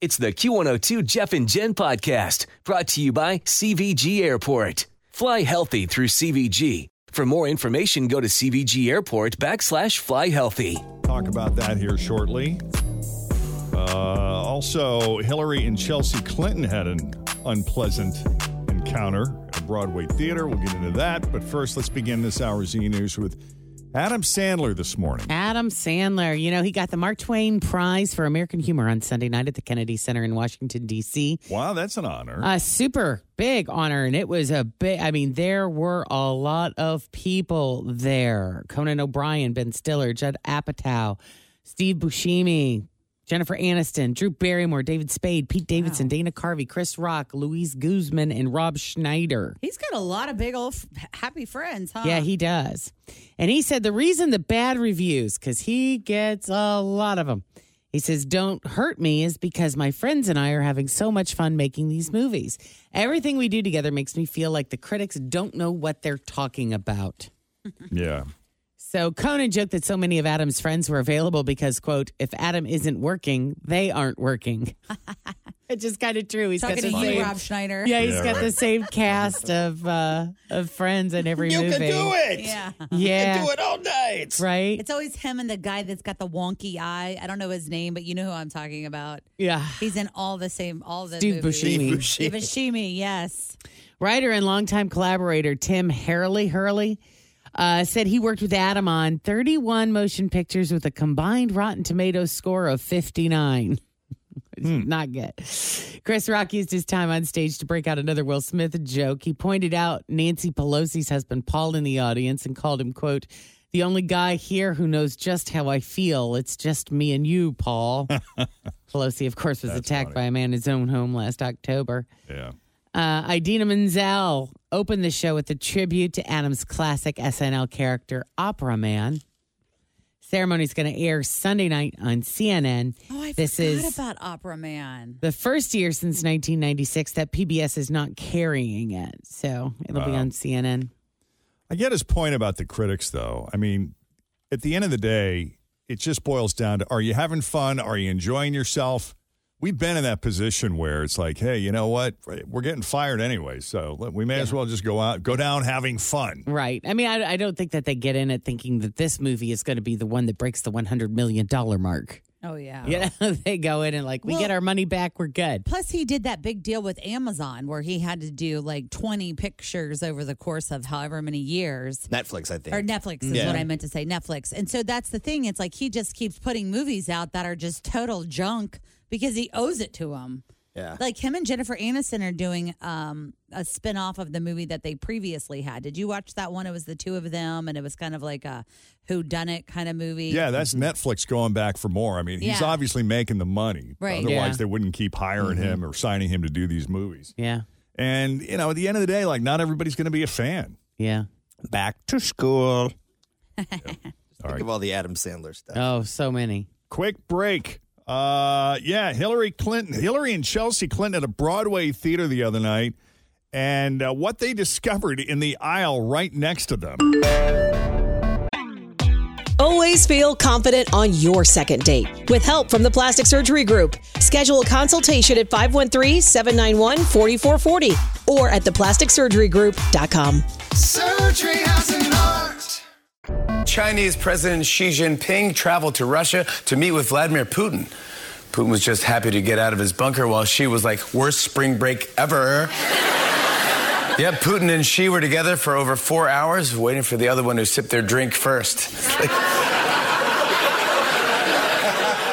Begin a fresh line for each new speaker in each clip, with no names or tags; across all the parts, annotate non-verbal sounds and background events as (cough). It's the Q102 Jeff and Jen podcast brought to you by CVG Airport. Fly healthy through CVG. For more information, go to CVG Airport backslash fly healthy.
Talk about that here shortly. Uh, also, Hillary and Chelsea Clinton had an unpleasant encounter at Broadway Theater. We'll get into that. But first, let's begin this hour's e news with Adam Sandler this
(laughs)
morning.
Adam Sandler, you know, he got the Mark Twain Prize for American Humor on Sunday night at the Kennedy Center in Washington, D.C.
Wow, that's an honor.
A super big honor. And it was a big, I mean, there were a lot of people there Conan O'Brien, Ben Stiller, Judd Apatow, Steve Buscemi, Jennifer Aniston, Drew Barrymore, David Spade, Pete Davidson, Dana Carvey, Chris Rock, Louise Guzman, and Rob Schneider.
He's got a lot of big old f- happy friends, huh?
Yeah, he does. And he said the reason the bad reviews, because he gets a lot of them. He says, Don't hurt me is because my friends and I are having so much fun making these movies. Everything we do together makes me feel like the critics don't know what they're talking about.
Yeah.
So Conan joked that so many of Adam's friends were available because, quote, if Adam isn't working, they aren't working. it's just kind of true. He's
talking
got
to
the
you,
same,
Rob Schneider.
yeah, he's
Yeah,
got
right.
the same cast of uh, of friends in every movie.
it.
Yeah.
Yeah,
it all night.
right.
It's always him and the guy that's got the wonky eye. I don't know his name, but you know who I'm talking about.
yeah.
He's in all the same, all the
Steve
movies.
Buscemi.
Steve Buscemi, yes.
Writer and longtime collaborator Tim Hurley Hurley uh, said he worked with Adam on 31 motion pictures with a combined Rotten Tomatoes score of 59. Not good. Chris Rock used his time on stage to break out another Will Smith joke. He pointed out Nancy Pelosi's husband Paul in the audience and called him, quote, the only guy here who knows just how I feel. It's just me and you, Paul. Pelosi, of course, was attacked by a man in his own home last October.
Yeah.
Uh, Idina Menzel opened the show with a tribute to Adam's classic SNL character, Opera Man. Ceremony's going to air Sunday night on CNN.
Oh, I
this
forgot
is
about Opera Man.
the first year since 1996 that PBS is not carrying it, so it'll be on CNN.
I get his point about the critics, though. I mean, at the end of the day, it just boils down to are you having fun? Are you enjoying yourself? We've been in that position where it's like, hey, you know what? We're getting fired anyway, so let- we may as well just go out, go down having fun.
Right. I mean, I, I don't think that they get in it thinking that this movie is going to be the one that breaks the 100 million dollar mark.
Oh, yeah.
Yeah, (laughs) they go in and like we
Well-
get our money back, we're good. (laughs)
Plus, he did that big deal with Amazon where he had to do like 20 pictures over the course of however many years.
Netflix, I think.
Or Netflix is
Yeah.
what I meant to say. Netflix. And so that's the thing. It's like he just keeps putting movies out that are just total junk because he owes it to them.
Ah.
Yeah.
Like him and Jennifer Aniston are doing um, a spin off of the movie that they previously had. Did you watch that one? It was the two of them and it was kind of like a who done it kind of movie.
Yeah, that's
Mm-hmm.
Netflix going back for more. I mean, he's
Yeah.
obviously making the money.
Right.
Otherwise,
Yeah. Mm-hmm.
they wouldn't keep hiring him or signing him to do these movies.
Yeah.
And, you know, at the end of the day, like, not everybody's going to be a fan.
Yeah.
Back to
(laughs)
school.
All
Think
right.
of all the Adam Sandler stuff.
Oh, so many.
Quick break. Uh, yeah, Hillary Clinton, Hillary and Chelsea Clinton at a Broadway theater the other night, and uh, what they discovered in the aisle right next to them.
Always feel confident on your second date. With help from the Plastic Surgery Group, schedule a consultation at 513 791 4440 or at theplasticsurgerygroup.com.
Surgery has an art. Chinese President Xi Jinping traveled to Russia to meet with Vladimir Putin.
Putin was just happy to get out of his bunker while she was like, worst spring break ever. (laughs) yeah, Putin and she were together for over four hours, waiting for the other one to sip their drink first. (laughs) It's like-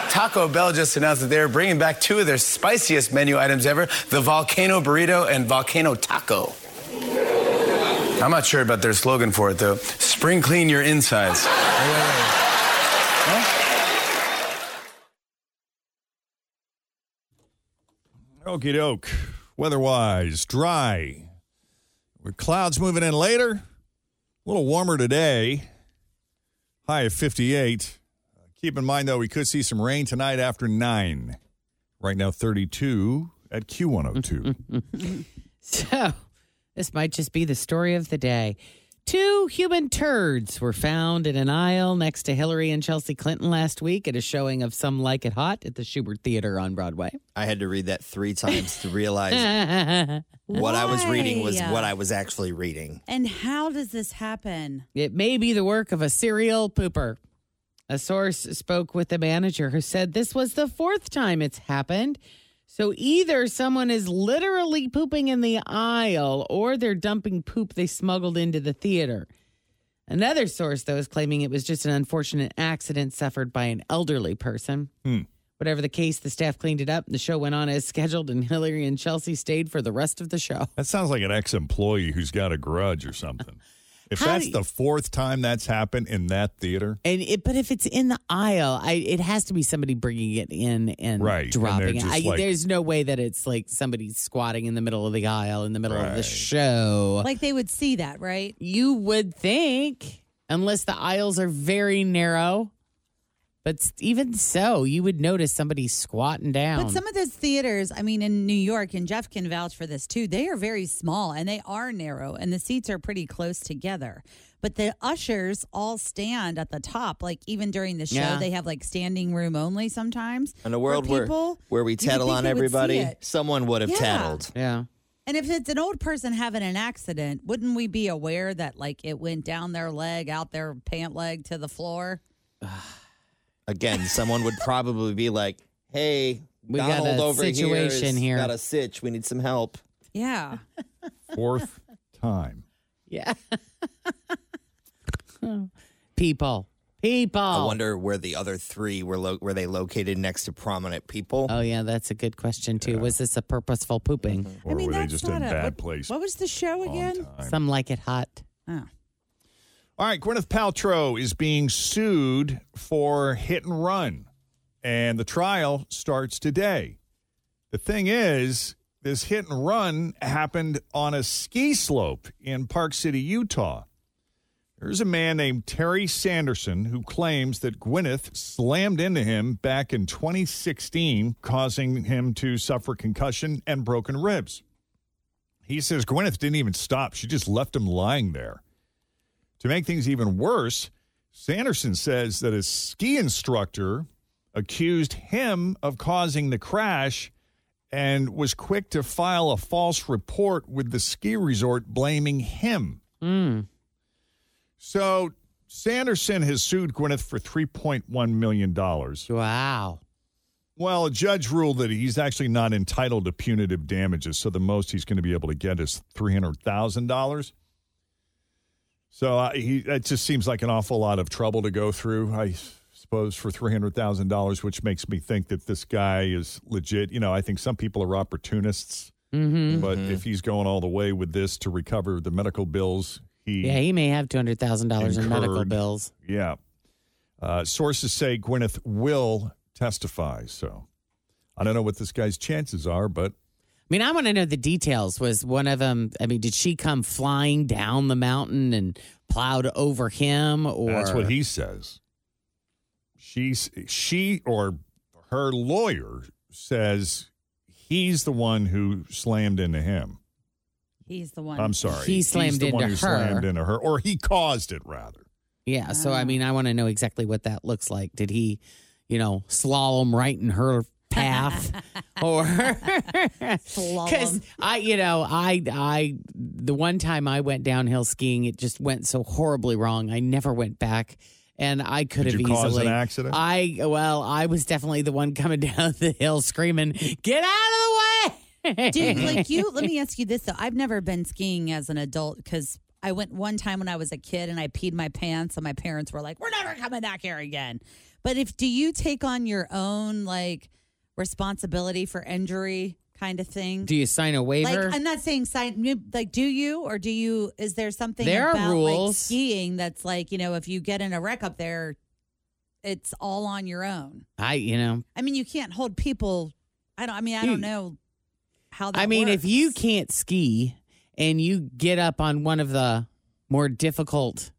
Taco Bell just announced that they are bringing back two of their spiciest menu items ever the Volcano Burrito and Volcano Taco. I'm not sure about their slogan for it, though. Spring clean your insides.
Okie doke. Weather wise, dry. With clouds moving in later. A little warmer today. High of 58. Uh, Keep in mind, though, we could see some rain tonight after 9. Right now, 32 at
(laughs)
Q102.
So, this might just be the story of the day. Two human turds were found in an aisle next to Hillary and Chelsea Clinton last week at a showing of Some Like It Hot at the Schubert Theater on Broadway.
I had to read that three times to
(laughs)
realize
(laughs)
what I was reading was
Why?
what I was actually reading.
And how does this happen?
It may be the work of a serial pooper. A source spoke with the manager who said this was the fourth time it's happened. So either someone is literally pooping in the aisle or they're dumping poop they smuggled into the theater. Another source, though, is claiming it was just an unfortunate accident suffered by an elderly person.
Hmm.
Whatever the case, the staff cleaned it up and the show went on as scheduled, and Hillary and Chelsea stayed for the rest of the show.
That sounds like an ex employee who's got a grudge or
(laughs)
something. If
How
that's
do-
the fourth time that's happened in that theater,
And it, but if it's in the aisle, I, it has to be somebody bringing it in and
Right, and they're
dropping it.
just
I,
like-
there's no way that it's like somebody squatting in the middle of the aisle in the middle of the
Right.
show.
Like they would see that, right?
you would think, unless the aisles are very narrow. But s- even so, you would notice somebody squatting down.
But some of those theaters, I mean, in New York, and Jeff can vouch for this too, they are very small and they are narrow and the seats are pretty close together. But the ushers all stand at the top. Like even during the show,
Yeah.
they have like standing room only sometimes.
In a world where,
people-
where we
you would
tattle
think
on
they would see
everybody,
it.
someone would have
Yeah.
tattled.
yeah.
And if it's an old person having an accident, wouldn't we be aware that like it went down their leg, out their pant leg to the floor?
Again, someone
(laughs)
would probably be like, hey,
We got
Donald
a
over here,
situation
has
here."
got a sitch. We need some help.
Yeah.
fourth time.
Yeah. (laughs) people. (laughs) People.
I wonder where the other three were. Lo- were they located next to prominent people?
Oh, yeah, that's a good question, too. Was this a purposeful pooping?
Or were they just in a bad place?
What was the show
long
again?
time?
Some like it hot.
Oh.
All right, Gwyneth Paltrow is being sued for hit and run, and the trial starts today. The thing is, this hit and run happened on a ski slope in Park City, Utah. There's a man named Terry Sanderson who claims that Gwyneth slammed into him back in 2016, causing him to suffer concussion and broken ribs. He says Gwyneth didn't even stop, she just left him lying there. To make things even worse, Sanderson says that his ski instructor accused him of causing the crash and was quick to file a false report with the ski resort blaming him.
Mm.
So Sanderson has sued Gwyneth for $3.1 million.
Wow.
Well, a judge ruled that he's actually not entitled to punitive damages, so the most he's going to be able to get is three hundred thousand dollars. So uh, he that just seems like an awful lot of trouble to go through, I s- suppose, for three hundred thousand dollars, which makes me think that this guy is legit. You know, I think some people are opportunists,
Mm-hmm.
but if he's going all the way with this to recover the medical bills, he
Yeah, he may have two hundred thousand dollars in medical
Incurred.
bills.
yeah. Uh, sources say Gwyneth will testify. So I don't know what this guy's chances are, but
I mean, I want to know the details. Was one of them? I mean, did she come flying down the mountain and plowed over him? Or
that's what he says. She's she or her lawyer says he's the one who slammed into him.
He's the one.
I'm sorry,
He
He's
slammed
the one
into
who
her.
slammed into her, or he caused it rather.
Yeah. So I
Ah.
mean, I want to know exactly what that looks like. Did he, you know, slalom right in her
(laughs)
path, or because
Slalom.
I, you know, I, I, the one time I went downhill skiing, it just went so horribly wrong. I never went back and I could
Did
have
you
easily
cause an accident?
I well, I was definitely the one coming (laughs) down the hill screaming, "Get out of the way!"
Dude,
(laughs)
like you, let me ask you this though. I've never been skiing as an adult because I went one time when I was a kid and I peed my pants, and my parents were like, we're never coming back here again. But if do you take on your own like responsibility for injury kind of thing?
Do you sign a
like,
waiver?
I'm not saying sign, like, do you or do you, is there something
There are
about like
rules.
skiing that's like, you know, if you get in a wreck up there, it's all on your own?
I, you know,
I mean, you can't hold people. I don't, I mean, I don't
You-
know how that
Hmm. I mean, if
works.
you can't ski and you get up on one of the more difficult,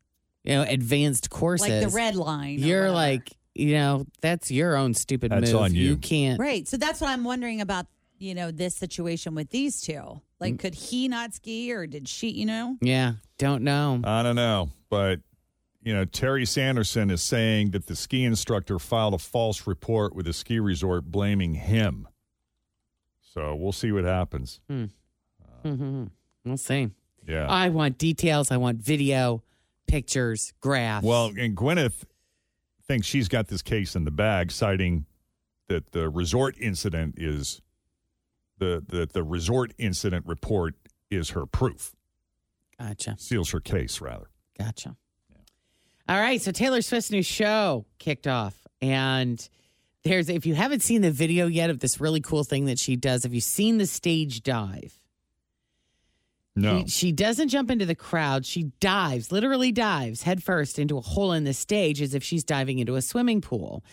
you know, advanced courses,
like the red line. or
you're
whatever.
like, you know, that's your own stupid
That's
move.
on you.
can't.
right. So that's what I'm wondering about. You know, this situation with these two. Like,
Hmm.
could he not ski, or did she? You know,
Yeah, don't know.
I don't know, but you know, Terry Sanderson is saying that the ski instructor filed a false report with the ski resort blaming him. So we'll see what happens.
Mhm. Hmm. We'll see.
Yeah.
I want details. I want video, pictures, graphs.
well, and Gwyneth thinks she's got this case in the bag, citing that the resort incident is the the, the resort incident report is her proof.
gotcha,
Seals her case rather.
gotcha. All right, so Taylor Swift's new show kicked off, and there's if you haven't seen the video yet of this really cool thing that she does. Have you seen the stage dive?
No.
She, she doesn't jump into the crowd. She dives, literally dives headfirst into a hole in the stage as if she's diving into a swimming pool.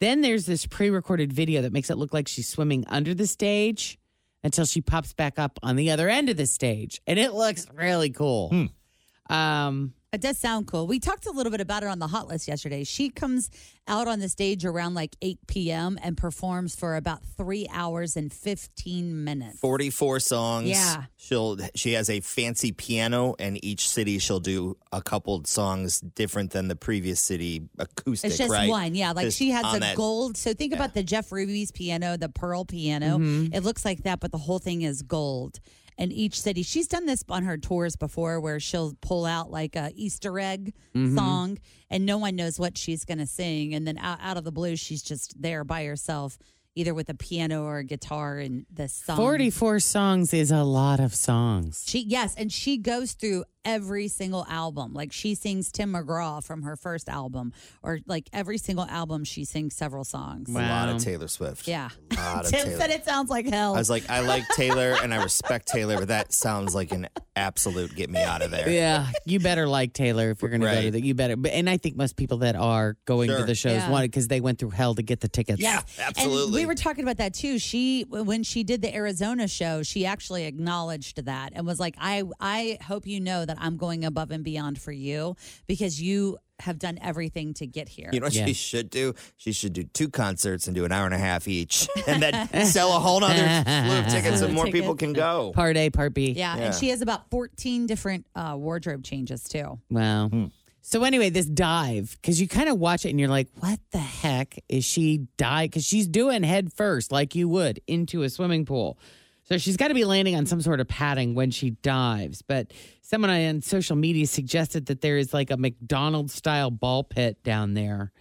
Then there's this pre recorded video that makes it look like she's swimming under the stage until she pops back up on the other end of the stage. And it looks really cool.
Hmm.
Um,
it does sound cool. We talked a little bit about it on the hot list yesterday. She comes out on the stage around like 8 p.m. and performs for about three hours and 15 minutes.
44 songs.
Yeah.
She'll she has a fancy piano and each city she'll do a couple songs different than the previous city acoustic,
It's just
right?
one, yeah. Like
Just
she has
on
a
that-
gold. So think about the Jeff Ruby's piano, the pearl piano.
Mm-hmm.
It looks like that, but the whole thing is gold. And each city, she's done this on her tours before, where she'll pull out like a Easter egg
Mm-hmm.
song, and no one knows what she's going to sing. And then out, out of the blue, she's just there by herself, either with a piano or a guitar, and the song.
44 songs is a lot of songs.
She yes, and she goes through every single album. Like she sings Tim McGraw from her first album, or like every single album she sings several songs.
A lot
Wow.
of Taylor Swift.
Yeah.
A lot of
(laughs) Tim
Taylor.
said it sounds like hell.
I was like, I like Taylor and I respect Taylor, but that sounds like an absolute get me out of there.
Yeah, you better like Taylor if you're going to go to
Right.
the. You better, but- and I think most people that are going to
Sure.
the shows
Yeah.
want it because they went through hell to get the tickets.
Yeah,
And
absolutely.
we were talking about that too. She when she did the Arizona show, she actually acknowledged that and was like, "I I hope you know that I'm going above and beyond for you because you have done everything to get here."
You know what
Yeah.
she should do? She should do two concerts and do an hour and a half each, and then sell a whole
(laughs)
other slew of tickets,
(laughs)
so more people can go.
Part A, part B.
yeah,
Yeah.
and she has about 14 different uh, wardrobe changes too.
Wow.
Hmm.
So anyway, this dive because you kind of watch it and you're like, "What the heck is she dive?" Because she's doing head first, like you would, into a swimming pool. So she's got to be landing on some sort of padding when she dives. But someone on social media suggested that there is like a McDonald's style ball pit down there,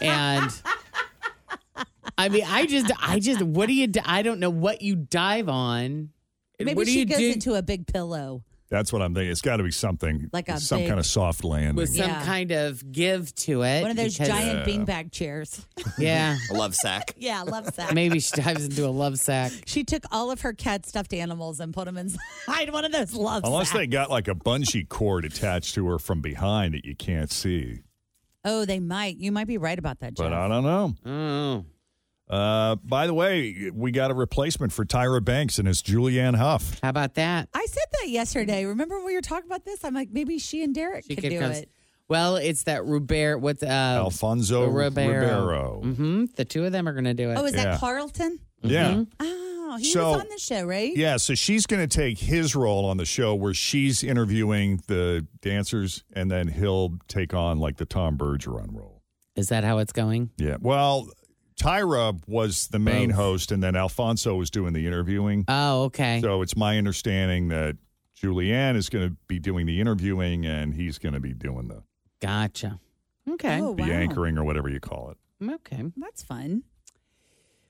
and. I mean, I just, I just, what do you, di- I don't know what you dive on.
Maybe
what do
she
you
goes
do?
into a big pillow.
That's what I'm thinking. It's got to be something
Like a
some
big-
kind of soft landing.
with some
Yeah.
kind of give to it.
One of those
because-
giant beanbag chairs. (laughs)
Yeah.
(laughs) A love sack.
Yeah, love sack.
(laughs) Maybe she dives into a love sack.
She took all of her cat stuffed animals and put them inside one of those love
Unless
sacks.
they got like a bungee cord attached to her from behind that you can't see.
oh, they might. You might be right about that, Jeff.
But uh, I don't know.
Oh.
Uh, by the way, we got a replacement for Tyra Banks, and it's Julianne Huff.
How about that?
I said that yesterday. Remember when we were talking about this? I'm like, maybe she and Derek could, do
come-
it.
Well, it's that Robert. What's uh,
Alfonso Ribeiro.
hmm The two of them are going to do it.
Oh, is
Yeah.
that Carlton?
Mm-hmm.
Yeah.
Oh, he
So-
was on the show, right?
Yeah, so she's going to take his role on the show where she's interviewing the dancers, and then he'll take on like the Tom Bergeron role.
Is that how it's going?
Yeah. Well, Tyra was the main
Both.
host, and then Alfonso was doing the interviewing.
Oh, okay.
So it's my understanding that Julianne is going to be doing the interviewing and he's going to be doing the
gotcha. Okay.
Oh,
the
wow.
anchoring or whatever you call it.
Okay.
That's fun.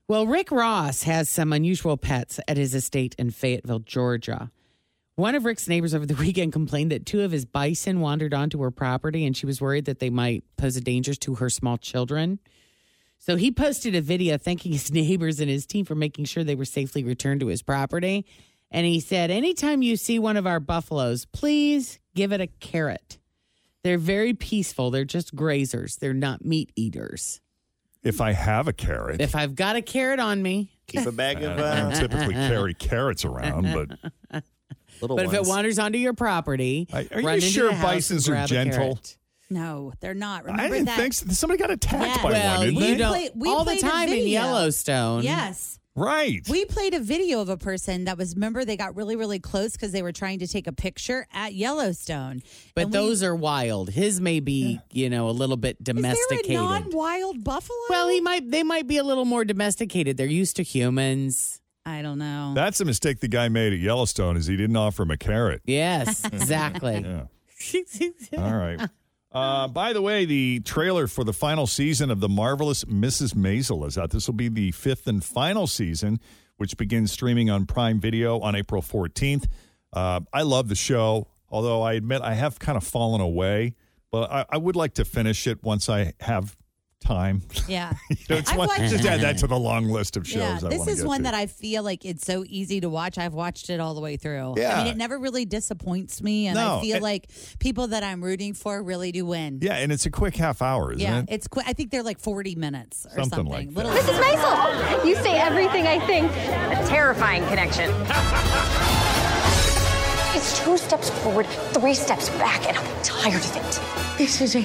Well, Rick Ross has some unusual pets at his estate in Fayetteville, Georgia. One of Rick's neighbors over the (laughs) weekend complained that two of his bison wandered onto her property and she was worried that they might pose a danger to her small children. So he posted a video thanking his (laughs) neighbors and his team for making sure they were safely returned to his property. And he said, Anytime you see one of our buffaloes, please give it a carrot. They're very peaceful. They're just grazers, they're not meat eaters.
If I have a carrot,
If I've got a carrot on me,
Keep a bag
(laughs)
of
I don't (laughs)
uh,
typically carry carrots around, but
little
But if it
ones.
wanders onto your property,
I- are you
run into
sure
the house
bisons
and
are
grab a
gentle?
carrot.
No, they're not. Remember
I didn't
that?
think so. somebody got attacked
Yeah.
by
Well,
one. didn't
you
they?
We
don't
play- we
all the
played a
time in
video.
Yellowstone.
Yes.
right.
We played a video of a person that was, remember, they got really, really close because they were trying to take a picture at Yellowstone.
but
And we-
those are wild. His may be, you know, a little bit
Is there a non
domesticated.
wild buffalo?
Well, he might. They might be a little more domesticated. They're used to humans.
I don't know.
That's a mistake the guy made at Yellowstone is he didn't offer him a carrot.
(laughs)
Yes, exactly.
Yeah. All right. Uh, by the way, the trailer for the final season of The Marvelous Mrs. Maisel is out. This will be the fifth and final season, which begins streaming on Prime Video on April 14th. Uh, I love the show, although I admit I have kind of fallen away, but I, I would like to finish it once I have time. (laughs)
yeah.
You know, it's
I've
one-
watched-
just add that to the long list of shows.
Yeah,
I
this
wanna
is
get
one
to.
that I feel like it's so easy to watch. I've watched it all the way through. I
Yeah.
mean, it never really disappoints me, and
No,
I feel
it-
like people that I'm rooting for really do win.
Yeah, and it's a quick half hour, isn't
Yeah,
it?
it's quick. I think they're like 40 minutes or
Something
something.
like that.
Little-
Mrs. Maisel, you say everything I think. A terrifying connection. (laughs) It's two steps forward, three steps back, and I'm tired of it. This is it.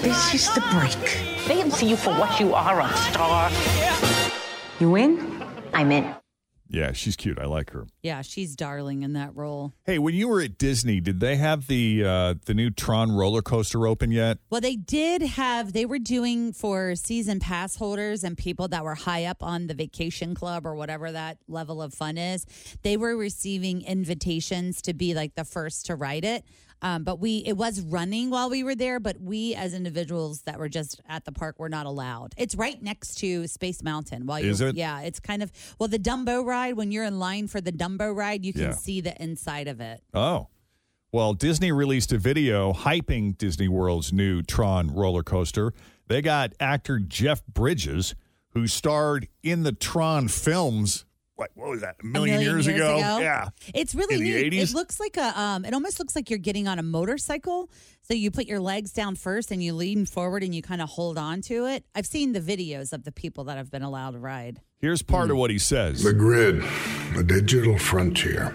This is the break. They see you for what you are, a star. You in? I'm in.
Yeah, she's cute. I like her.
yeah, she's darling in that role.
Hey, when you were at Disney, did they have the uh, the new Tron roller coaster open yet?
Well, they did have, they were doing for season pass holders and people that were high up on the vacation club or whatever that level of fun is. They were receiving invitations to be like the first to ride it. Um, but we, it was running while we were there, but we as individuals that were just at the park were not allowed. It's right next to Space Mountain. While you,
Is it?
Yeah, it's kind of, well, the Dumbo ride, when you're in line for the Dumbo ride, you can
Yeah.
see the inside of it.
Oh. Well, Disney released a video hyping Disney World's new Tron roller coaster. They got actor Jeff Bridges, who starred in in the Tron films. What, what was that? A
A
million, years, ago? Yeah.
It's really
In the
neat.
80s?
It looks like a um it almost looks like you're getting on a motorcycle. So you put your legs down first and you lean forward and you kind of hold on to it. I've seen the videos of the people that have been allowed to ride.
Here's part of what he says.
The grid, the digital frontier,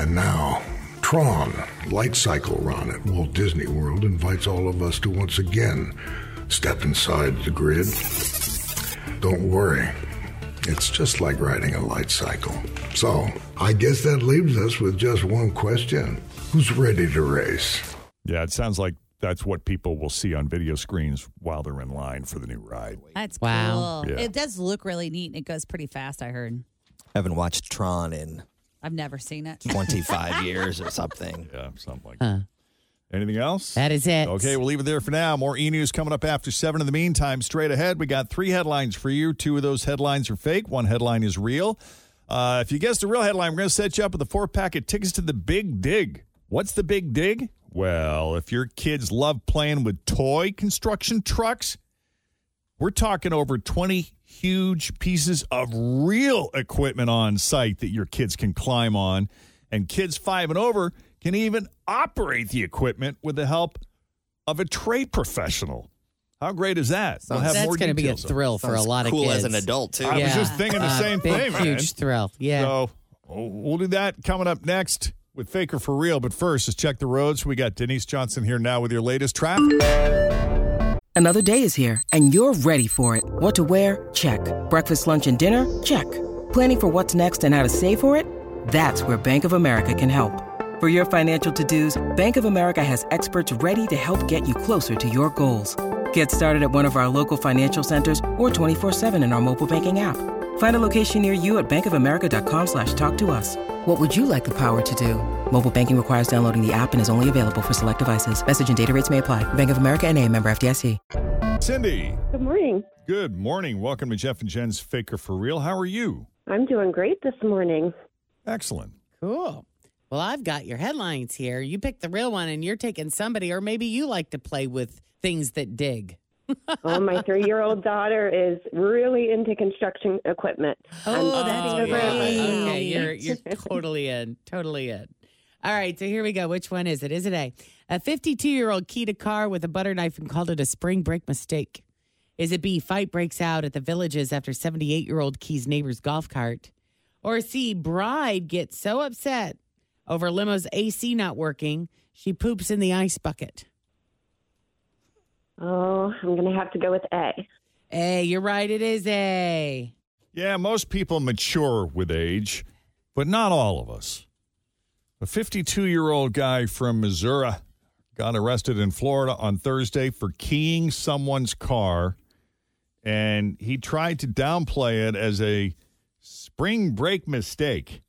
and now Tron, Light Cycle Run at Walt Disney World invites all of us to once again step inside the grid. Don't worry, it's just like riding a light cycle. So, I guess that leaves us with just one question Who's ready to race?
Yeah, it sounds like that's what people will see on video screens while they're in line for the new ride.
That's
Wow.
cool.
Yeah.
It does look really neat and it goes pretty fast, I heard.
haven't watched Tron in
I've never seen it.
(laughs)
25 years or something.
Yeah, something like that. Anything else?
That is it.
Okay, we'll leave it there for now. More e news coming up after seven. In the meantime, straight ahead, we got three headlines for you. Two of those headlines are fake, one headline is real. Uh, if you guess the real headline, we're going to set you up with a four pack of tickets to the Big Dig. What's the Big Dig? Well, if your kids love playing with toy construction trucks, we're talking over 20 huge pieces of real equipment on site that your kids can climb on. And kids five and over can even operate the equipment with the help of a trade professional. How great is that? We'll have
That's
more
going to be a
details on it.
thrill for a
Sounds
lot of
cool
kids.
as an adult, too.
I was just thinking the
A
same
big,
thing, man.
Huge thrill. Yeah.
So oh, we'll do that coming up next with Faker for Real. But first, let's check the roads. We got Denise Johnson here now with your latest traffic.
Another day is here, and you're ready for it. What to wear? Check. Breakfast, lunch, and dinner? Check. Planning for what's next and how to save for it? That's where Bank of America can help. For your financial to dos, Bank of America has experts ready to help get you closer to your goals. Get started at one of our local financial centers or 24-7 in our mobile banking app. Find a location near you at bankofamerica.com slash talk to us. What would you like the power to do? Mobile banking requires downloading the app and is only available for select devices. Message and data rates may apply. Bank of America and a member FDIC.
Cindy,
Good morning.
good morning. Welcome to Jeff and Jen's Faker for Real. How are you?
I'm doing great this
(laughs)
morning.
Excellent.
Cool. Well, I've got your headlines here. You pick the real one and you're taking somebody, or maybe you like to play with things that dig.
oh, my three year old daughter is really into construction equipment.
Oh,
that's
Okay, you're you're totally in, totally in. All right, so here we go. Which one is it? Is it A? A 52 year old keyed a car with a butter knife and called it a spring break mistake. Is it B? Fight breaks out at the villages after 78 year old keys neighbor's golf cart. Or C? Bride gets so upset over limo's AC not working, she poops in the ice bucket.
Oh, I'm going to have to go with A.
A, you're right. It is A.
Yeah, most people mature with age, but not all of us. A 52 year old guy from Missouri got arrested in Florida on Thursday for keying someone's car, and he tried to downplay it as a spring break mistake.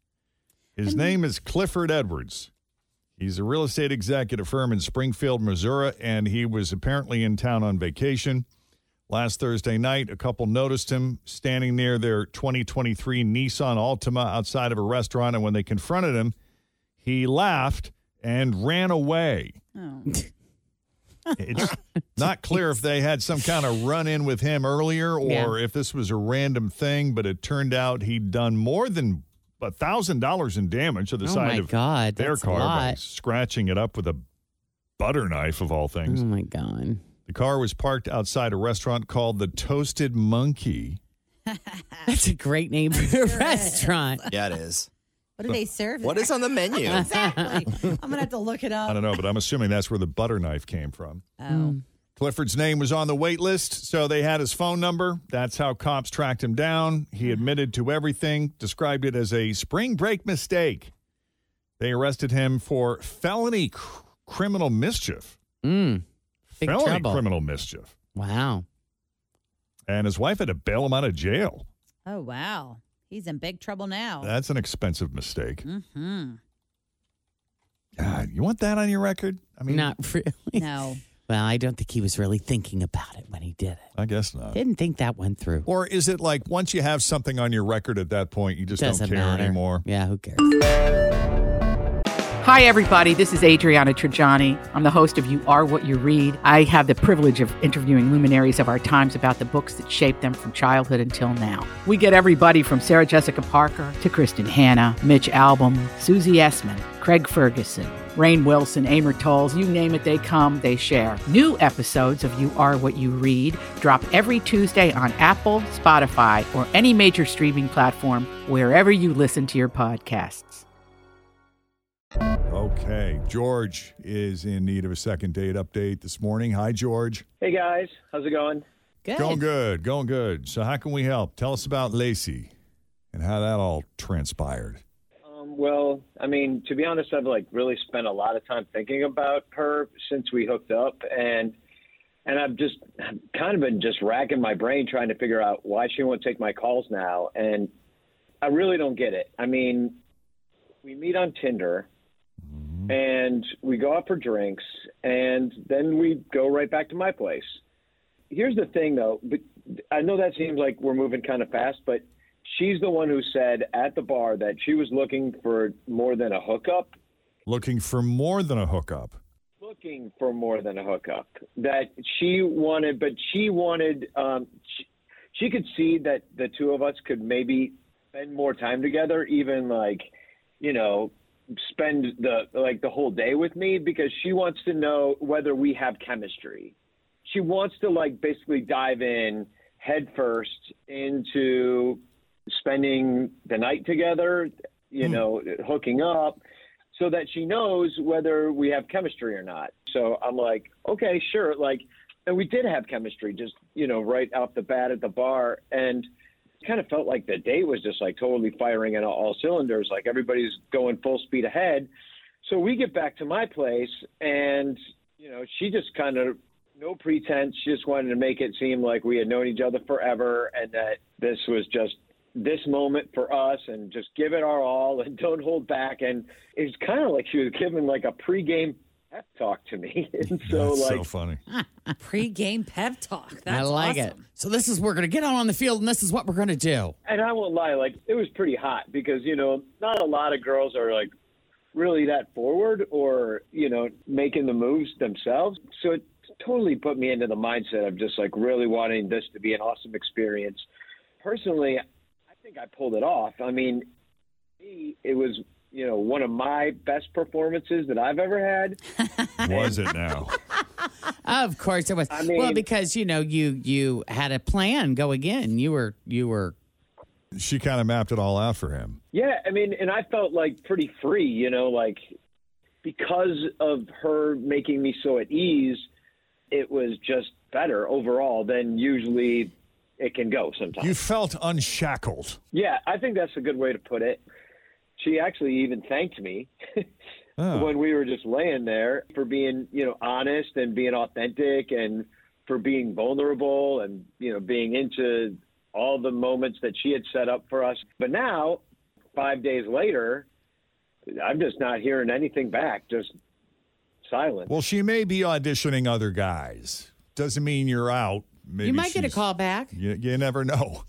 His name is Clifford Edwards. He's a real estate executive firm in Springfield, Missouri, and he was apparently in town on vacation. Last Thursday night, a couple noticed him standing near their 2023 Nissan Altima outside of a restaurant. And when they confronted him, he laughed and ran away.
Oh.
It's
(laughs)
not clear if they had some kind of run in with him earlier or
Yeah.
if this was a random thing, but it turned out he'd done more than a $1,000 in damage to the
Oh
side
my
of
God,
their
that's a
car by
lot.
scratching it up with a butter knife, of all things.
Oh my God.
The car was parked outside a restaurant called the Toasted Monkey.
That's a great name for a restaurant.
Yeah, it is.
What
(laughs)
do they serve?
What is on the
(laughs)
menu?
exactly. (laughs) I'm gonna have to look it
I (laughs)
up.
don't know, but I'm assuming that's where the butter knife came from.
Oh,
Clifford's name was on the wait list, so they had his phone number. That's how cops tracked him down. He admitted to everything, described it as a spring break mistake. They arrested him for felony cr- criminal mischief.
(laughs) Mm, big
felony
trouble.
criminal mischief.
Wow.
And his wife had to bail him out of jail.
oh wow, he's in big trouble now.
(laughs) That's an expensive mistake.
hmm
God, you want that on your record? I mean,
Not really.
No, (laughs)
Well, I don't think he was really thinking about it when he did it.
I guess not.
Didn't think that went through.
Or is it like once you have something on your record at that point, you just
Doesn't
don't care
matter.
anymore?
Yeah, who cares?
Hi, everybody. This is Adriana Trajani. I'm the host of You Are What You Read. I have the privilege of interviewing luminaries of our times about the books that shaped them from childhood until now. We get everybody from Sarah Jessica Parker to Kristen Hanna, Mitch Albom, Susie Essman, Craig Ferguson, Rain Wilson, Amor Tolls, you name it, they come, they share. New episodes of You Are What You Read drop every Tuesday on Apple, Spotify, or any major streaming platform wherever you listen to your podcasts.
Okay. George is in need of a second date update this morning. Hi, George.
Hey guys, how's it going?
Good.
Going good. Going good. So, how can we help? Tell us about Lacey and how that all transpired.
Um, well, I mean, to be honest, I've like really spent a lot of time thinking about her since we hooked up, and and I've just I've kind of been just racking my brain trying to figure out why she won't take my calls now, and I really don't get it. I mean, we meet on Tinder,
Mm-hmm.
and we go out for drinks, and then we go right back to my place. Here's the thing, though. But I know that seems like we're moving kind of fast, but she's the one who said at the bar that she was looking for more than a hookup,
Looking for more than a hookup.
looking for more than a hookup. That she wanted, but she wanted. Um, she, she could see that the two of us could maybe spend more time together, even like, you know, spend the like the whole day with me because she wants to know whether we have chemistry. She wants to like basically dive in head first into spending the night together, you know, hooking up so that she knows whether we have chemistry or not. So I'm like, okay, sure. Like, and we did have chemistry just, you know, right off the bat at the bar. And it kind of felt like the date was just like totally firing on all cylinders. Like everybody's going full speed ahead. So we get back to my place and, you know, she just kind of, no pretense. She just wanted to make it seem like we had known each other forever and that this was just this moment for us and just give it our all and (laughs) don't hold back. And it's kind of like she was giving like a pregame pep talk to me. (laughs) And so
That's
like
so funny.
Pre-game pep talk. That's
I like
awesome.
it. So this is we're going to get out on the field, and this is what we're going
(laughs)
to do.
and I won't lie, like it was pretty hot because you know not a lot of girls are like really that forward or you know making the moves themselves. So it totally put me into the mindset of just like really wanting this to be an awesome experience. Personally, I think I pulled it off. I mean, me, it was you know one of my best performances that I've ever had.
Was it now?
Of course, it was. well,
mean-
because you know you you had a plan going in. You were you were
She kind of mapped it all out for him.
Yeah, I mean, and I felt like pretty free, you know, like because of her making me so at ease, it was just better overall than usually it can go sometimes.
You felt unshackled.
yeah, I think that's a good way to put it. She actually even thanked me
Oh.
Oh.
when we were just laying there for being, you know, honest and being authentic and for being vulnerable and, you know, being into all the moments that she had set up for us. But now, five days later, I'm just not hearing anything back, just silence.
Well, she may be auditioning other guys. Doesn't mean you're out. Maybe
you might get a
she's-
call back.
You, you never know.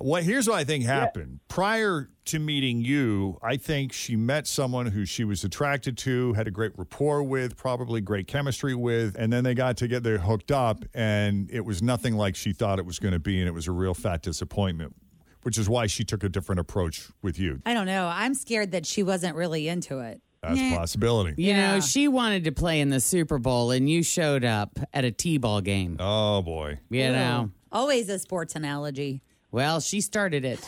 What here's what I think happened. Prior to meeting you, I think she met someone who she was attracted to, had a great rapport with, probably great chemistry with, and then they got together, they hooked up, and it was nothing like she thought it was going to be, and it was a real fat disappointment, which is why she took a different approach with you.
I don't know. I'm scared that she wasn't really into it.
That's a possibility.
You know, she wanted to play in the Super Bowl, and you showed up at a t-ball game.
Oh boy!
You know,
Always a sports analogy.
well, she
(laughs)
started it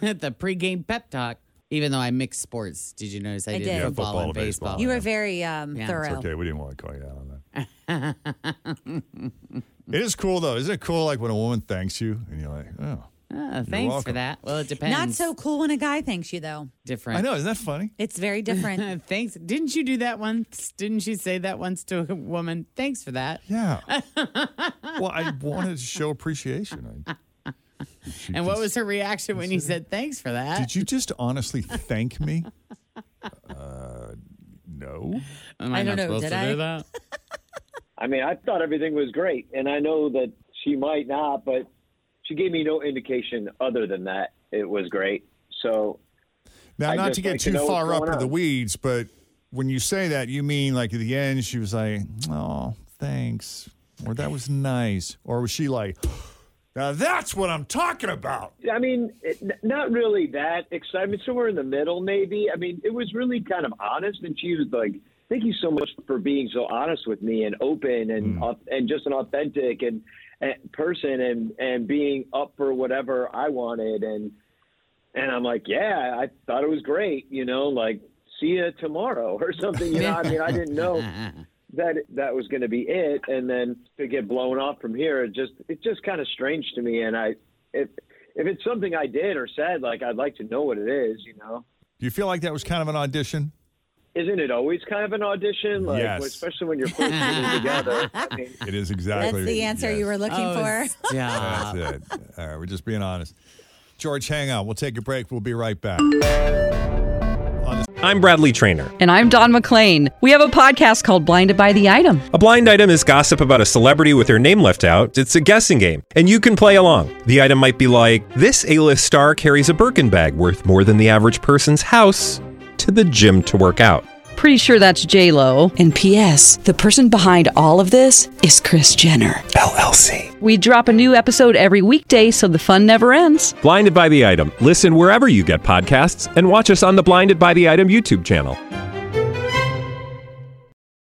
at the pregame pep talk. Even though I mixed sports, did you notice I,
I
did,
did. Yeah,
football,
football
and
and baseball.
baseball?
You were very um,
Yeah.
thorough.
It's okay. We didn't want to call you out on that. it is cool though. Isn't it cool like when a woman thanks you and you're like, oh.
Ah, (laughs) thanks for
welcome.
that. Well, it depends.
Not so cool when a guy thanks you, though.
different.
I know, isn't that funny?
It's very different.
(laughs) Thanks. Didn't you do that once? Didn't you say that once to a woman? Thanks for that. (laughs)
Yeah. well, I wanted to show appreciation. I, She
And what
just-
was her reaction when you said thanks for that?
Did you just
(laughs)
honestly thank me? Uh, no.
Am
I don't
not
know,
supposed
did
to
I?
do that?
I mean, I thought everything was great, and I know that she might not, but she gave me no indication other than that it was great. So
Now,
I'd
not
just
to get
like to
too
know
far
what's
up
going
in the
on.
weeds, but when you say that, you mean like at the end, she was like, oh, thanks. Or that was nice. Or was she like, now that's what I'm talking about?
I mean, it, n- not really that excited. Somewhere in the middle, maybe. I mean, it was really kind of honest, and she was like, "Thank you so much for being so honest with me and open and
Mm.
au- and just an authentic and, and person and and being up for whatever I wanted." And and I'm like, "Yeah, I thought it was great." You know, like see you tomorrow (laughs) or something. You know, I mean, I
(laughs)
didn't know that that was going to be it, and then to get blown off from here, it just it's just kind of strange to me. And I, if if it's something I did or said, like I'd like to know what it is. You know,
Do you feel like that was kind of an audition?
isn't it always kind of an audition? Like,
Yes.
especially when you're first getting together. I mean,
It is exactly.
That's the answer you
yes.
were looking
Oh,
for. (laughs)
stop.
That's it. All right, we're just being honest. George, hang on. We'll take a break. We'll be right back.
I'm Bradley Trainer.
And I'm Don McClain. We have a podcast called Blinded by the Item.
A blind item is gossip about a celebrity with their name left out. It's a guessing game, and you can play along. The item might be like this: A-list star carries a Birkin bag worth more than the average person's house to the gym to work out.
Pretty sure that's J Lo. And P.S. The person behind all of this is Chris Jenner
LLC.
We drop a new episode every weekday, so the fun never ends.
Blinded by the item. Listen wherever you get podcasts, and watch us on the Blinded by the Item YouTube channel.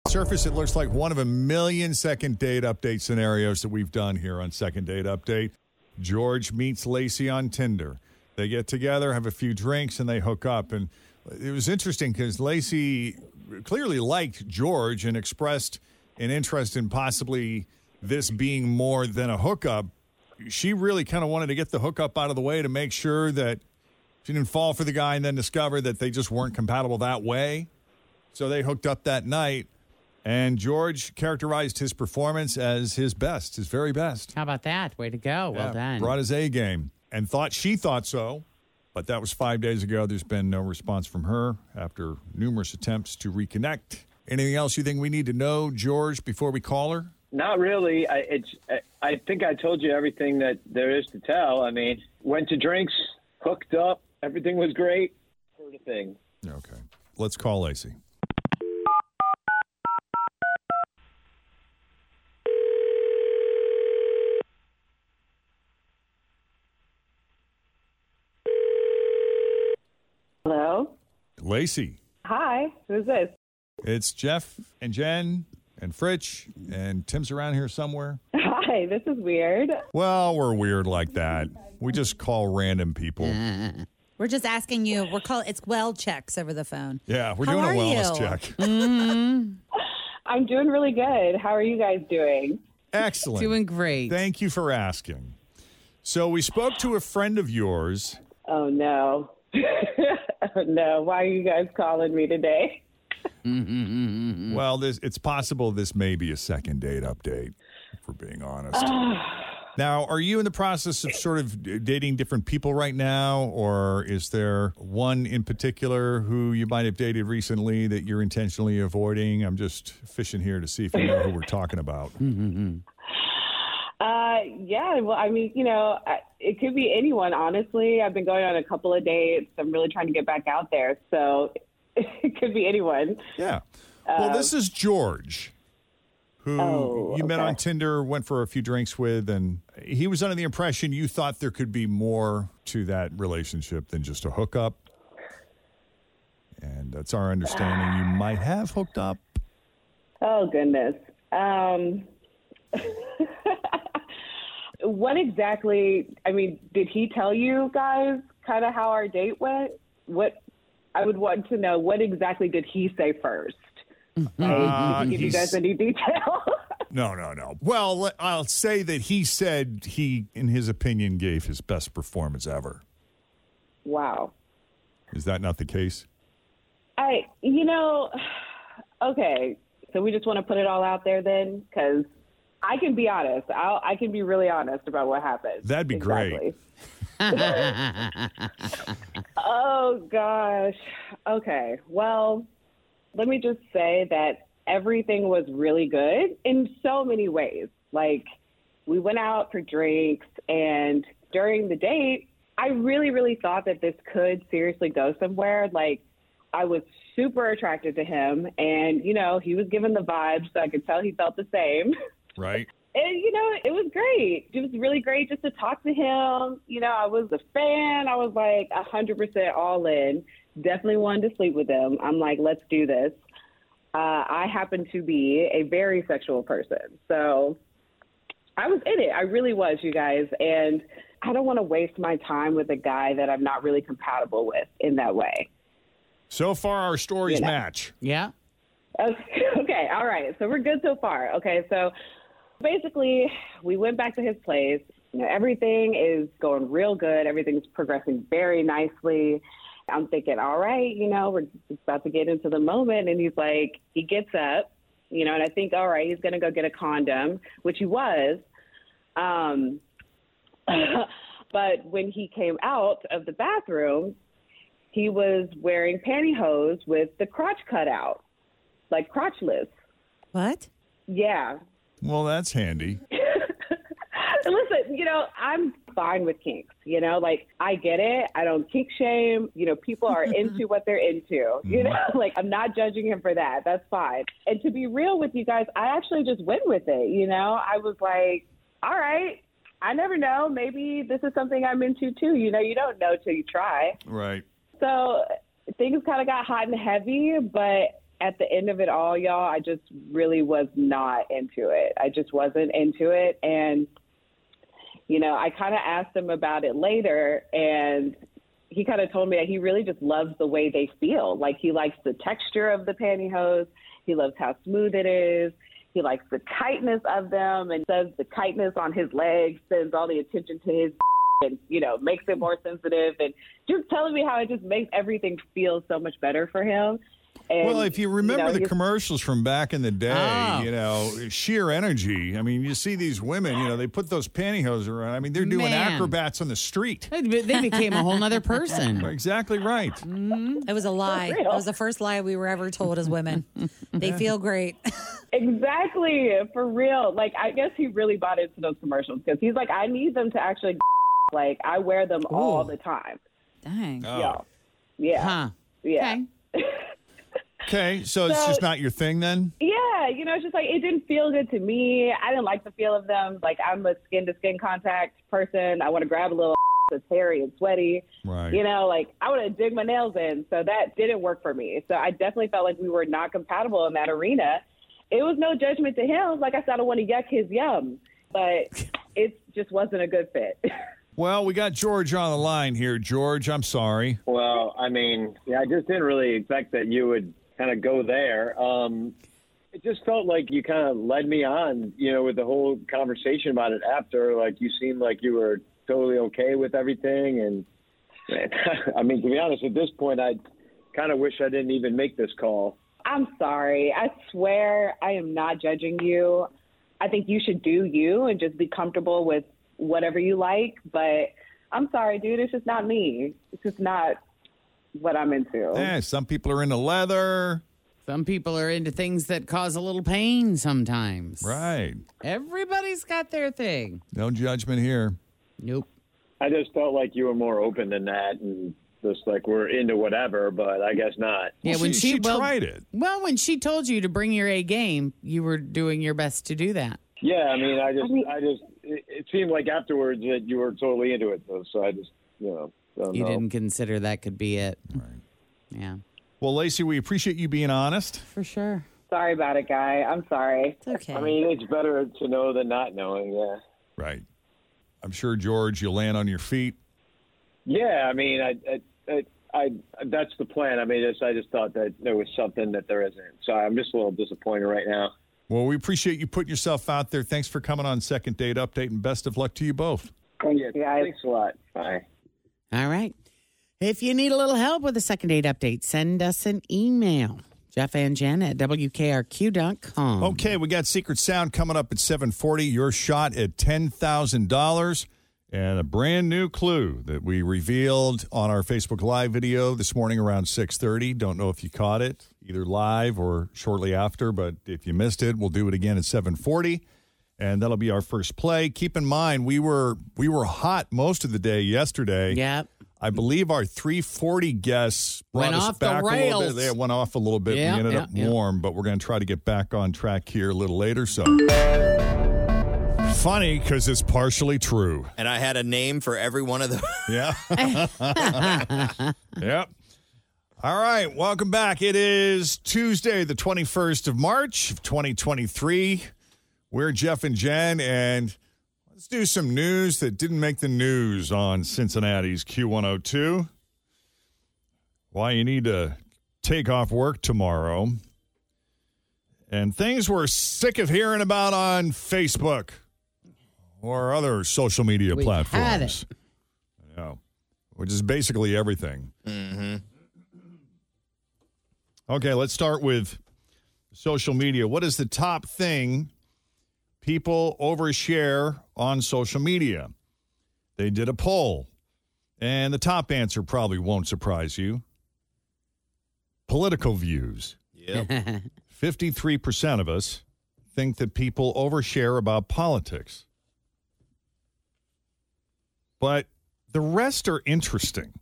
Surface, it looks like one of a million second date update scenarios that we've done here on Second Date Update. George meets Lacey on Tinder. They get together, have a few drinks, and they hook up. And it was interesting because Lacey clearly liked George and expressed an interest in possibly this being more than a hookup. She really kind of wanted to get the hookup out of the way to make sure that she didn't fall for the guy and then discover that they just weren't compatible that way. So they hooked up that night, and George characterized his performance as his best, his very best. (laughs)
How about that? Way to go. Oh, Well
Yeah,
done.
Brought his A game. and thought she thought so. But that was five days ago. There's been no response from her after numerous attempts to reconnect. Anything else you think we need to know, George, before we call her?
Not really. I, it's. I- I think I told you everything that there is to tell. I mean, went to drinks, hooked up, everything was great, sort of thing.
Okay. Let's call Lacey.
Hello.
Lacey,
Hi. Who's this? (laughs)
it's Jeff and Jen and Fritch, and Tim's around here somewhere.
Hi. This is weird.
Well, we're weird like that. We just call random
(laughs)
people.
We're just asking you. We're call it's well checks over the phone.
Yeah, we're
How
doing a
are
wellness
you?
(laughs)
check.
Mm-hmm.
I'm doing really good. How are you guys doing?
(laughs) Excellent.
Doing
great. Thank you for asking. So we spoke to a friend of yours.
Oh no. (laughs) oh, no. Why are you guys calling me today?
Well, this it's possible this may be a second date update, if we're being honest. now, are you in the process of sort of d- dating different people right now, or is there one in particular who you might have dated recently that you're intentionally avoiding? I'm just fishing here to see if you know who we're talking about.
Uh, yeah. Well, I mean, you know, I- it could be anyone. Honestly, I've been going on a couple of dates. I'm really trying to get back out there, so (laughs) it could be anyone.
Yeah. Well,
Um,
this is George, who
Oh,
you met
okay.
on Tinder, went for a few drinks with, and he was under the impression you thought there could be more to that relationship than just a hookup. And that's our understanding. You might have hooked
(laughs)
up.
Oh goodness. Um, (laughs) what exactly? I mean, did he tell you guys kind of how our date went? What I would want to know. What exactly did he say first?
Uh,
Did he give you
he's-
guys any detail? (laughs)
No, no, no. Well, let- I'll say that he said he, in his opinion, gave his best performance ever.
wow.
Is that not the case?
I. You know. (sighs) Okay. So we just want to put it all out there then, because I can be honest. I'll, I can be really honest about what happened.
That'd be
Exactly. Oh gosh. Okay. Well, let me just say that everything was really good in so many ways. Like we went out for drinks and during the date, I really really thought that this could seriously go somewhere. Like I was super attracted to him and you know, he was giving the vibes, so I could tell he felt the same. (laughs)
Right.
And you know, it was great. It was really great just to talk to him. You know, I was a fan. I was like a hundred percent all in. Definitely wanted to sleep with him. I'm like, let's do this. Uh, I happen to be a very sexual person, so I was in it. I really was, you guys. And I don't want to waste my time with a guy that I'm not really compatible with in that way.
So far, our stories
You know.
match.
Yeah.
Okay, (laughs) okay, all right. So we're good so far. Okay, so basically, we went back to his place. You know, everything is going real good. Everything's progressing very nicely. I'm thinking, all right, you know, we're just about to get into the moment. And he's like, he gets up, you know, and I think, all right, he's going to go get a condom, which he was. Um, (laughs) but when he came out of the bathroom, he was wearing pantyhose with the crotch cut out like crotchless.
What?
Yeah.
Well, that's handy.
Listen, you know, I'm fine with kinks. You know, like I get it. I don't kink shame. You know, people are into what they're into. You know, (laughs) like I'm not judging him for that. That's fine. And to be real with you guys, I actually just went with it. You know, I was like, all right, I never know. Maybe this is something I'm into too. You know, you don't know till you try.
Right.
So things kind of got hot and heavy, but at the end of it all, y'all, I just really was not into it. I just wasn't into it. And, you know, I kind of asked him about it later, and he kind of told me that he really just loves the way they feel. Like, he likes the texture of the pantyhose, he loves how smooth it is. He likes the tightness of them and says the tightness on his legs sends all the attention to his (laughs) and you know makes it more sensitive and just telling me how it just makes everything feel so much better for him And,
well, if you remember
know,
the
he's-
commercials from back in the day,
Ah.
Oh.
you know, sheer energy. I mean, you see these women, you know, they put those pantyhose around. I mean, they're doing
Man.
acrobats on the street.
They
(laughs)
they became a whole
(laughs)
nother person. Mm,
Exactly right.
It was a lie. That was the first lie we were ever told as women. they feel great.
Exactly, for real. Like, I guess he really bought into those commercials because he's like, I need them to actually, (laughs) like, I wear them all the time.
Dang.
Oh.
Yeah. Yeah.
Huh.
Yeah.
Okay, so, it's
So-
just not your thing then?
Yeah, you know, it's just like it didn't feel good to me. I didn't like the feel of them. Like I'm a skin to skin contact person. I want to grab a little (laughs) that's hairy and sweaty.
Right.
You know, like I want to dig my nails in. So that didn't work for me. So I definitely felt like we were not compatible in that arena. It was no judgment to him. Like I said, I don't want to yuck his yum, but it just wasn't a good fit. (laughs)
Well, we got George on the line here. George, I'm sorry.
Well, I mean, yeah, I just didn't really expect that you would kind of go there. Um, it just felt like you kind of led me on, you know, with the whole conversation about it after. Like, you seemed like you were totally okay with everything. And (laughs) I mean, to be honest, at this point, I kind of wish I didn't even make this call.
I'm sorry. I swear I am not judging you. I think you should do you and just be comfortable with whatever you like. But I'm sorry, dude. It's just not me. It's just not what I'm into.
Yeah, some people are into leather.
Some people are into things that cause a little pain sometimes.
Right.
Everybody's got their thing.
No judgment here.
Nope.
I just felt like you were more open than that and just like we're into whatever, but I guess not.
Yeah, when she, well-
it.
Well, when she told you to bring your A game, you were doing your best to do that.
Yeah, I mean, I just, I, just, it, it seemed like afterwards that you were totally into it, though. So I just, you know, don't
you
know.
didn't consider that could be it. Right. Yeah.
Well, Lacey, we appreciate you being honest.
For sure.
Sorry about it, guy. I'm sorry. It's
okay.
I mean, it's better to know than not knowing. Yeah.
Right. I'm sure, George, you'll land on your feet.
Yeah, I mean, I, I, I, I that's the plan. I mean, just, I just thought that there was something that there isn't. So I'm just a little disappointed right now.
Well, we appreciate you putting yourself out there. Thanks for coming on Second Date Update, and best of luck to you both.
Thanks, guys. Thanks a lot. Bye.
All right. If you need a little help with a second date update, send us an email. Jeff and Jen at WKRQ.com.
Okay, we got Secret Sound coming up at 740. Your shot at $10,000 and a brand new clue that we revealed on our Facebook Live video this morning around 630. Don't know if you caught it, either live or shortly after, but if you missed it, we'll do it again at 740. And that'll be our first play. Keep in mind, we were we were hot most of the day yesterday.
Yep.
I believe our 340 guests brought
Went
us
off the
back a little
rails.
bit. They went off a little bit.
Yeah,
we ended
yeah,
up
yeah.
warm, but we're going to try to get back on track here a little later. So funny because it's partially true. (laughs)
And I had a name for every one of them.
Yeah. yep. All right. Welcome back. It is Tuesday, the 21st of March of 2023. We're Jeff and Jen, and let's do some news that didn't make the news on Cincinnati's Q102. Why you need to take off work tomorrow. And things we're sick of hearing about on Facebook or other social media
We've had
platforms.
it.
Yeah. Which is basically everything.
Mm-hmm.
Okay, let's start with social media. What is the top thing people overshare on social media? They did a poll, and the top answer probably won't surprise you political views.
Yep.
53% of us think that people overshare about politics. But the rest are interesting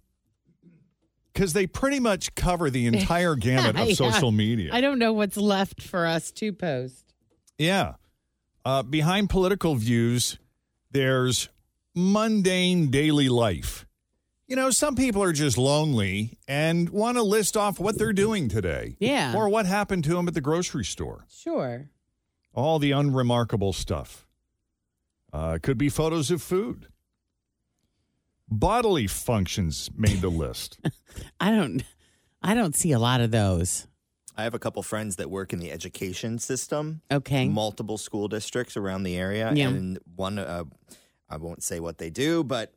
because they pretty much cover the
(laughs)
entire gamut of
Yeah.
social media.
I don't know what's left for us to post.
Yeah. Uh, behind political views, there's mundane daily life. You know, some people are just lonely and want to list off what they're doing today.
Yeah.
Or what happened to them at the grocery store.
Sure.
All the unremarkable stuff. Uh, it could be photos of food. Bodily functions made the
(laughs)
list.
I don't I don't see a lot of (laughs) those.
I have a couple friends that work in the education system.
Okay.
multiple school districts around the area.
Yeah.
And one, uh, I won't say what they do, but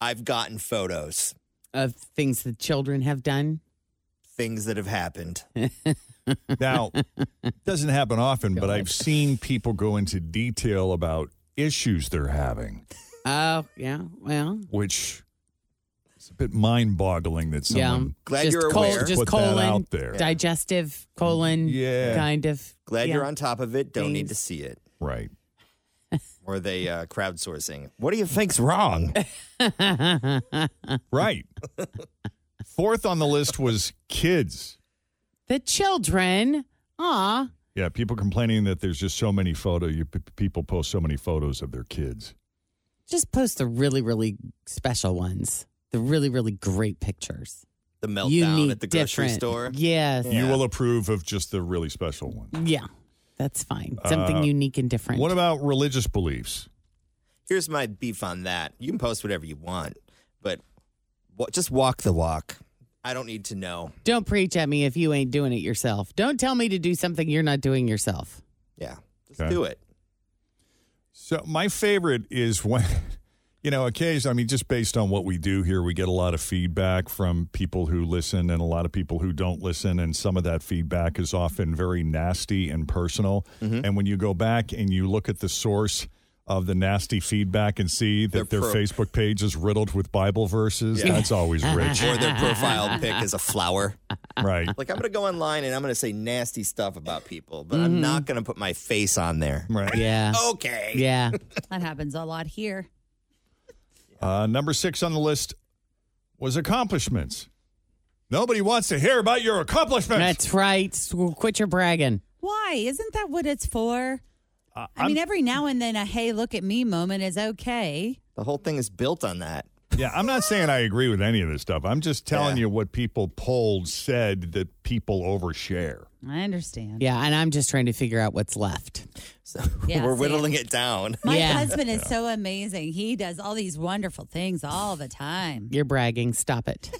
I've gotten photos.
Of things that children have done.
things that have happened.
Now, it doesn't happen often, but I've seen people go into detail about issues they're having,
Oh, yeah. Well,
which is a bit mind boggling that
yeah.
someone.
just col- just
put
colon,
that out there.
digestive colon,
Yeah.
kind of.
Glad
yeah.
you're on top of it. Don't need to
Things.
see it.
Right.
or they uh, crowdsourcing. What do you think's wrong?
(laughs)
right. Fourth on the list was kids.
The children. Aw.
Yeah, people complaining that there's just so many photo. You, p- people post so many photos of their kids.
Just post the really, really special ones. The really, really great pictures.
The meltdown
Unique,
at the grocery
different.
store.
Yes.
You will approve of just the really special one.
Yeah. That's fine. Something
Uh,
unique and different.
What about religious beliefs?
Here's my beef on that. You can post whatever you want, but wa- just walk the walk. I don't need to know.
Don't preach at me if you ain't doing it yourself. Don't tell me to do something you're not doing yourself.
Yeah. Just
Okay.
do it.
So my favorite is when, (laughs) you know, occasionally, I mean, just based on what we do here, we get a lot of feedback from people who listen and a lot of people who don't listen. And some of that feedback is often very nasty and personal.
Mm-hmm.
And when you go back and you look at the source of the nasty feedback and see that
Their
their,
pro-
Facebook page is riddled with Bible verses,
Yeah.
that's
(laughs)
always rich.
Or their profile pic is a flower.
Right.
Like I'm gonna go online and I'm gonna say nasty stuff about people, but I'm not gonna put my face on there. Oh,
Right.
Mm-hmm. Yeah.
okay.
(laughs)
Yeah.
That happens a lot here.
Uh, number six on the list was accomplishments. Nobody wants to hear about your accomplishments.
That's right. So Quit your bragging.
Why? Isn't that what it's for?
Uh,
I mean, every now and then a hey, look at me moment is okay.
The whole thing is built on that.
Yeah, I'm not saying I agree with any of this stuff. I'm just telling you what people polled said that people overshare.
I understand.
Yeah. And I'm just trying to figure out what's left.
(laughs)
Yeah,
We're
same.
whittling it down.
(laughs) My
Yeah.
husband is so amazing. He does all these wonderful things all the time.
You're bragging. Stop it.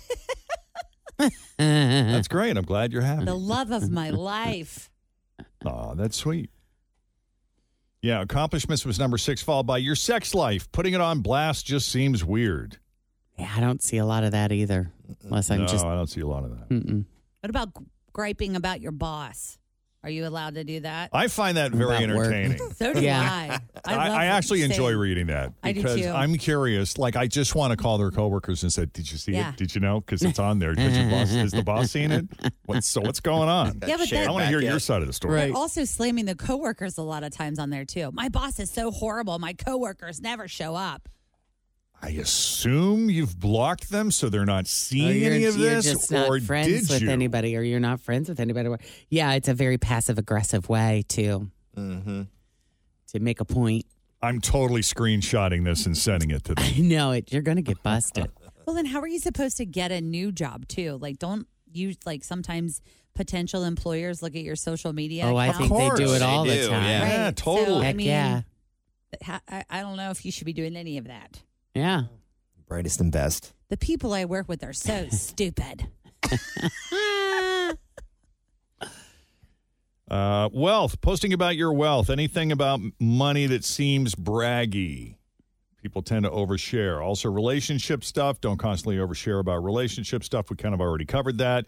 That's great. I'm glad you're happy.
The love
(laughs)
of my life.
Aw, that's sweet. Yeah, accomplishments was number six, followed by your sex life. Putting it on blast just seems weird.
Yeah, I don't see a lot of that either. Unless I'm
no,
just.
I don't see a lot of that.
Mm-mm.
What about griping about your boss? Are you allowed to do that?
I find that very
About work.
entertaining.
(laughs) So do
Yeah.
I. I,
I,
love
I actually
saying-
enjoy reading that
I do
because
too.
I'm curious. Like, I just want to call their coworkers and say, "Did you see
Yeah.
it? Did you know? Because it's on there. Did your boss, is the boss seeing it? What's, so what's going on?
Yeah, but that-
I want to hear
Back
your
yet.
side of the story.
They're also slamming the coworkers a lot of times on there too. My boss is so horrible. My coworkers never show up.
I assume you've blocked them so they're not seeing
(laughs) Oh, you're,
any of
you're
this,
just not
or
friends
did
with
you?
anybody, or you're not friends with anybody. Yeah, it's a very passive aggressive way to
Mm-hmm.
to make a point.
I'm totally screenshotting this and sending it to them.
(laughs) I know it. You're gonna get busted.
Well, then how are you supposed to get a new job too? Like, don't you like sometimes potential employers look at your social media?
Oh, I
account?
think they do
course.
it all
They
the
do,
time.
yeah.
Yeah,
Right.
totally.
So, I
Heck
mean,
yeah,
ha- I, I don't know if you should be doing any of that.
yeah.
Brightest and best.
The people I work with are
(laughs)
so stupid.
Uh, wealth, posting about your wealth, anything about money that seems braggy. People tend to overshare. Also, relationship stuff. Don't constantly overshare about relationship stuff. We kind of already covered that.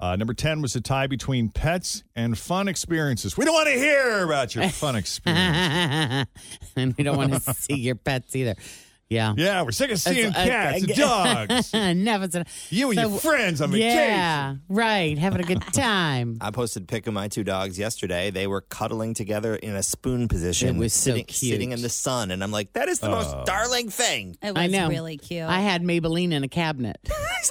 Uh, number 10 was the tie between pets and fun experiences. We don't want to hear about
(laughs)
your fun experience.
and we
(laughs)
don't want to see your pets either. Yeah.
yeah, we're sick of seeing
That's- uh,
cats and dogs.
(laughs) Enough. It's enough.
You and your friends on vacation.
Yeah, right.
(laughs)
Having a good time.
I posted a pic of my two dogs yesterday. They were cuddling together in a spoon position,
It was so
sitting,
cute.
sitting in the sun, and I'm like, that is the
Oh.
most darling thing.
It was
I know.
really cute.
I had Maybelline in a cabinet.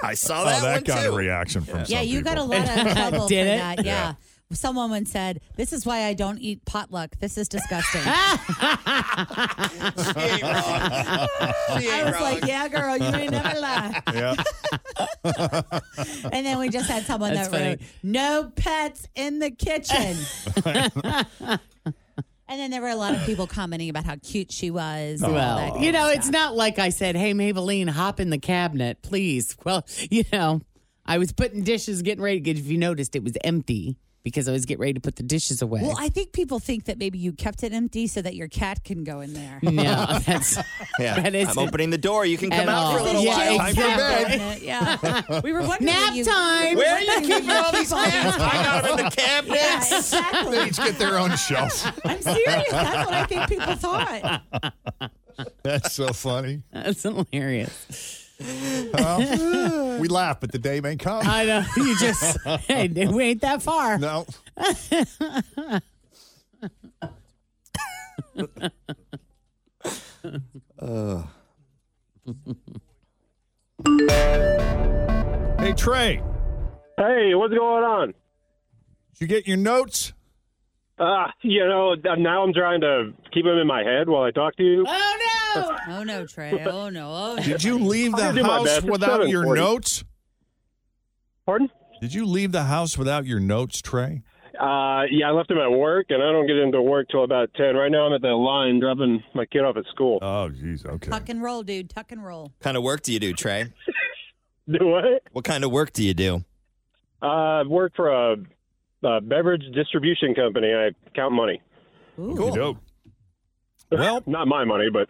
I saw
Oh,
that,
that,
one
got
too.
a reaction from
yeah,
some
you
(laughs)
got a
people.
lot
(laughs)
of trouble
Did
for
it?
that. Yeah. Someone once said, "This is why I don't eat potluck. This is
(laughs)
disgusting."
She ain't
(laughs)
wrong. She
I
ain't
was
wrong.
like, "Yeah, girl, you ain't never lie."
Yeah.
And then we just had someone
That's
that wrote,
funny.
"No pets in the
(laughs)
kitchen." and then there were a lot of people commenting about how cute she (laughs) was. and all that
Well,
kind
you
of
know,
stuff.
it's not like I said, "Hey, Maybelline, hop in the cabinet, (laughs) please." Well, you know, I was putting dishes, getting ready. to get- If you noticed, it was empty. because I always get ready to put the dishes away.
Well, I think people think that maybe you kept it empty so that your cat can go in there.
(laughs)
(laughs)
no, that's
Yeah.
that is
I'm opening the door. You can
At
come out for a
all.
little
Yeah,
while.
exactly.
I'm your bed.
yeah. We were wondering
Nap
where you-
time.
Where are you keeping all these hats? I got them in the cabinets.
Yeah, exactly.
They each get their own shelf.
(laughs) I'm serious. That's what I think people thought.
(laughs) That's so funny.
That's hilarious.
(laughs)
(laughs)
(laughs)
Well, we laugh, but the day may come.
I know you just hey, we ain't that far.
No. Hey, Trey.
Hey, what's going on?
Did you get your notes?
Uh, you know, th- now I'm trying to keep them in my head while I talk to you.
Oh no! Oh no, Trey. Oh no. Oh no.
Did you leave
I
the
do my best.
house
It's
without your
7:40.
notes?
Pardon?
Did you leave the house without your notes, Trey?
Uh, yeah, I left them at work, and I don't get into work till about 10. Right now I'm at the line dropping my kid off at school.
Oh, jeez, okay.
Tuck and roll, dude. Tuck and roll.
kind of (laughs) work do you do, Trey?
(laughs)
(laughs) do what?
What kind of work do you do?
Uh, I work for a, a beverage distribution company. I count money. (laughs)
Cool. Well,
not my money, but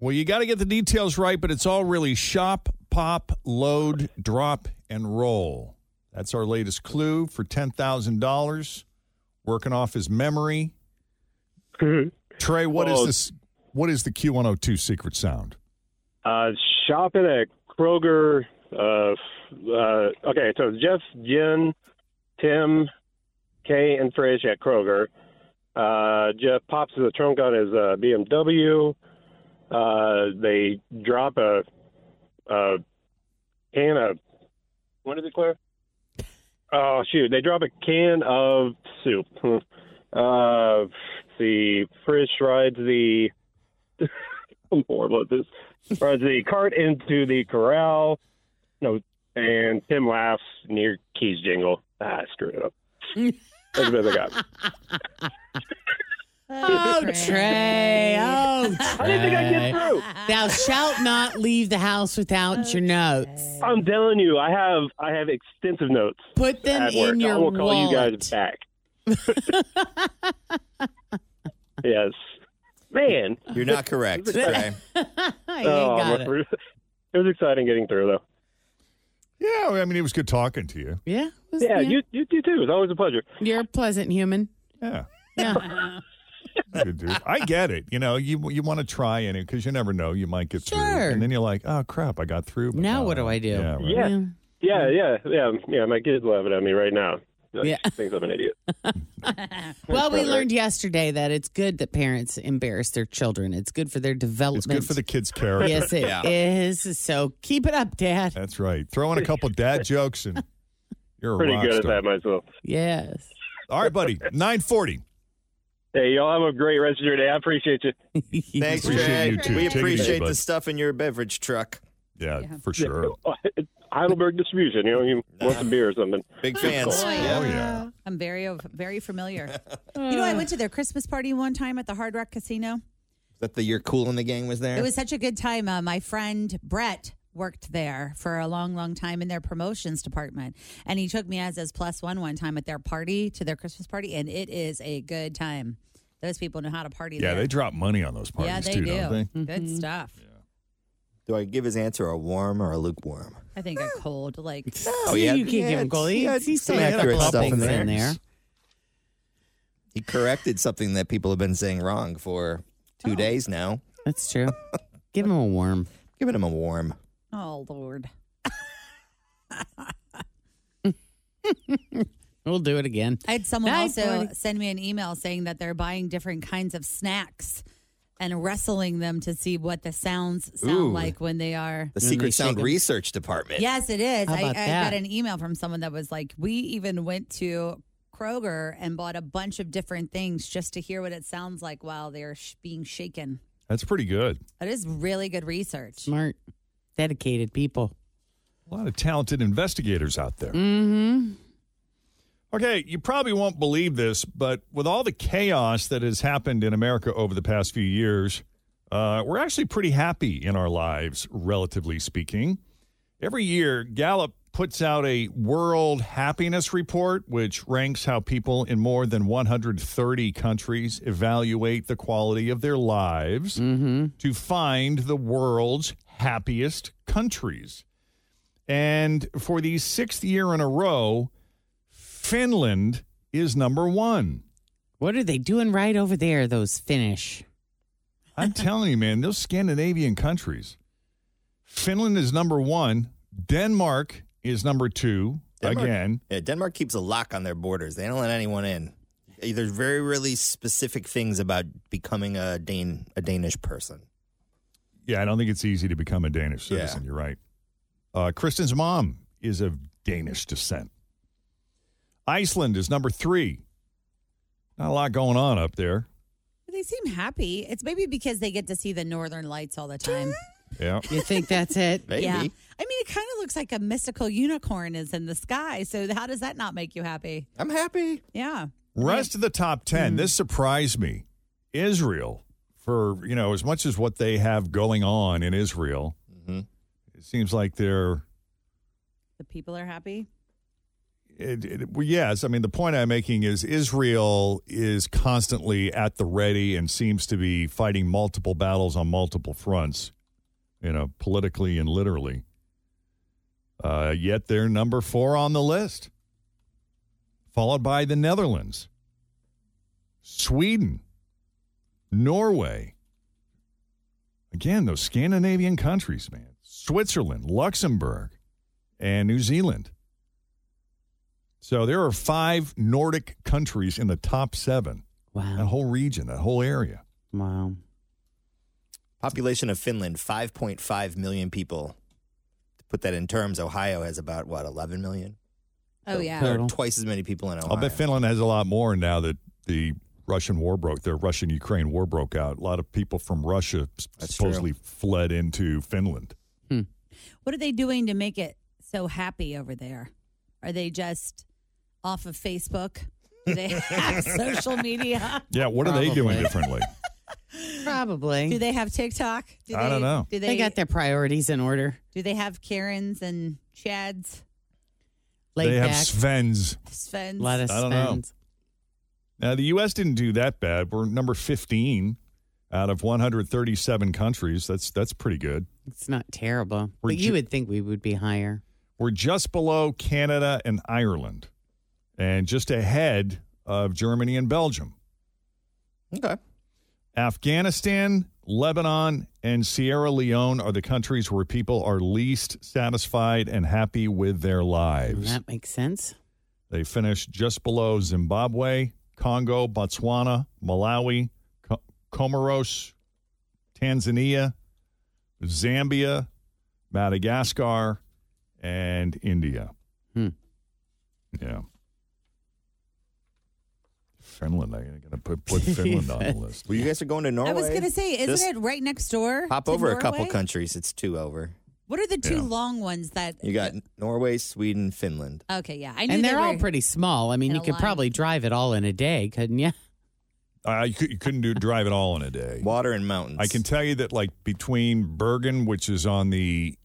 Well, you got to get the details right, but it's all really shop, pop, load, drop, and roll. That's our latest clue for $10,000. Working off his memory.
Mm-hmm.
Trey, what is
Well-
this? What is the Q102 secret sound?
Uh, shopping at Kroger. Uh, uh, okay, so Jeff, Jen, Tim, Kay, and Frisch at Kroger. Uh, Jeff pops the trunk on his uh, BMW. Uh, they drop a, a can of what is it, Claire? Oh shoot! They drop a can of soup. (laughs) Uh, the Frisch rides the. I'm horrible at this. Rides the cart into the corral. No, and Tim laughs near keys jingle. Ah, I
(laughs)
screwed it up. That's the best I got.
(laughs) Oh, Trey. Oh, Trey.
I didn't think I'd get through.
Thou shalt not leave the house without
Oh,
your notes.
I'm telling you, I have I have extensive notes.
Put them
at
in
work.
your
I will call you
wallet.
guys back.
(laughs)
yes, man.
You're
(laughs)
not
(laughs)
correct, Trey.
(laughs) You
Oh,
got it.
(laughs) it. was exciting getting through though.
Yeah, I mean, it was good talking to you.
Yeah.
Yeah, you you, you too. It's always a pleasure.
You're a pleasant human.
Yeah.
Yeah.
Good dude. I get it. You know, you you want to try in it because you never know. You might get
Sure.
through. And then you're like, oh, crap, I got through. but
Now
no,
what do I do?
Yeah. right.
Yeah. Yeah, yeah, yeah, yeah. My kid's laughing at me right now. Like,
Mm. Yeah.
she thinks I'm
(laughs)
an idiot.
Well, we learned yesterday that it's good that parents embarrass their children. It's good for their
It's
development.
good for the kids' character.
Yes, it is. So keep it up, Dad.
That's right. Throw in a couple dad jokes and (laughs) you're a
Pretty
rock
good at
star.
that myself.
Yes.
All right, buddy. 940.
Hey, y'all have a great rest of your day. I appreciate you.
(laughs)
Thanks,
Appreciate
Trey.
you too. Take
We
it easy,
appreciate
bud.
the stuff in your beverage truck.
Yeah, for sure.
(laughs) Heidelberg Distribution. You know, you want some beer or something.
Big
Good
fans.
call.
Oh,
Oh, Yeah.
I'm very very familiar. you know, I went to their Christmas party one time at the Hard Rock Casino.
That the year cool in the gang was there.
It was such a good time. Uh, my friend Brett worked there for a long, long time in their promotions department, and he took me as his plus one one time at their party to their Christmas party, and it is a good time. Those people know how to party.
Yeah,
there.
they drop money on those parties
yeah, they
too,
do.
don't they?
Good stuff.
Do I give his answer a warm or a lukewarm?
I think a cold like.
Oh,
See,
yeah.
you can't
Yeah,
give him gold. He,
yeah,
he
some
said a
accurate
couple of
stuff in
things
there.
in there.
He corrected something that people have been saying wrong for
Oh.
two days now.
That's true. Give him a Oh, warm.
Giving him a warm.
Oh Lord.
We'll do it again.
I had someone
Nice,
also
buddy.
send me an email saying that they're buying different kinds of snacks and wrestling them to see what the sounds sound
Ooh.
like when they are.
The Secret Sound Research Department.
Yes, it is.
How
I, I
about
got
that?
an email from someone that was like, "We even went to Kroger and bought a bunch of different things just to hear what it sounds like while they're sh- being shaken."
That's pretty good.
That is really good research.
Smart, dedicated people.
A lot of talented investigators out there.
Mm-hmm.
Okay, you probably won't believe this, but with all the chaos that has happened in America over the past few years, uh, we're actually pretty happy in our lives, relatively speaking. Every year, Gallup puts out a world happiness report, which ranks how people in more than 130 countries evaluate the quality of their lives to find the world's happiest countries. And for the sixth year in a row, Finland is number one.
What are they doing right over there, those Finnish? (laughs)
I'm telling you, man, those Scandinavian countries. Finland is number one. Denmark is number two.
Denmark-
Again,
Yeah, Denmark keeps a lock on their borders. They don't let anyone in. Eh, There's very really specific things about becoming a Dane a Danish person.
yeah, I don't think it's easy to become a Danish citizen. You're right. Uh, Kristen's mom is of Danish descent. Iceland is number three. Not a lot going on up there.
They seem happy. It's maybe because they get to see the northern lights all the time.
Yeah.
You think that's it?
Yeah. I mean, it kind of looks like a mystical unicorn is in the sky. So how does that not make you happy?
I'm happy.
Yeah.
Rest of the top 10. This surprised me. Israel, for, you know, as much as what they have going on in Israel, it seems like they're,
The people are happy.
it, it, well, yes. I mean, the point I'm making is Israel is constantly at the ready and seems to be fighting multiple battles on multiple fronts, you know, politically and literally. Uh, yet they're number four on the list, followed by the Netherlands, Sweden, Norway. Again, those Scandinavian countries, man. Switzerland, Luxembourg, and New Zealand. So there are five Nordic countries in the top seven.
Wow.
That whole region, that whole area.
Wow.
Population of Finland, 5.5 million people. To put that in terms, Ohio has about, what, 11 million?
Oh, yeah.
There are twice as many people in Ohio.
I'll bet Finland has a lot more now that the Russian war broke, their Russian Ukraine war broke out. A lot of people from Russia s- supposedly fled into Finland.
What are they doing to make it so happy over there? Are they just off of Facebook? Do they
(laughs)
have social media?
Yeah, what are they doing
Probably.
differently?
Probably.
Do they have TikTok? (laughs) Do
I don't know.
Do
they,
they,
got their priorities in order.
do they have Karens and Chads?
Laid
they have
back.
Svens.
Svens?
lot
Uh,
of
I don't know.
spends.
Now, the U.S. didn't do that bad. We're number 15 out of 137 countries. That's that's pretty good.
It's not terrible.
We're
but you
ju-
would think we would be higher.
We're just below Canada and Ireland, and just ahead of Germany and Belgium.
Okay.
Afghanistan, Lebanon, and Sierra Leone are the countries where people are least satisfied and happy with their lives.
That makes sense.
They finished just below Zimbabwe, Congo, Botswana, Malawi, Co- Comoros, Tanzania, Zambia, Madagascar, and India.
Hmm.
Yeah. Finland. I'm going to put, put Finland
(laughs)
on the list.
Well, you guys are going to Norway.
I was going to say, isn't
Just
it right next door?
Hop
to
over a couple
Norway?
countries. It's two over.
What are the two
Yeah.
long ones that?
You got Norway, Sweden, Finland.
Okay, yeah, I knew
And
they
they're all
were-
pretty small. I mean,
in
you
a
could
line.
probably drive it all in a day, couldn't you?
Uh, you, could, you couldn't do drive it all in a day.
Water and mountains.
I can tell you that, like between Bergen, which is on the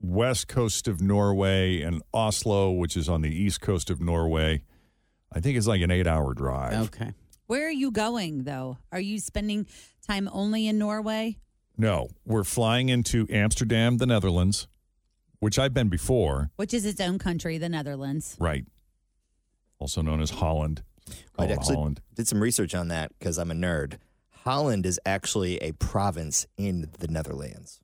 west coast of Norway, and Oslo, which is on the east coast of Norway, I think it's like an eight-hour drive.
Okay.
Where are you going though? Are you spending time only in Norway?
No, we're flying into Amsterdam, the Netherlands, which I've been before.
Which is its own country, the Netherlands.
Right. Also known as Holland.
I
Called
actually
Holland.
did some research on that because I'm a nerd. Holland is actually a province in the Netherlands.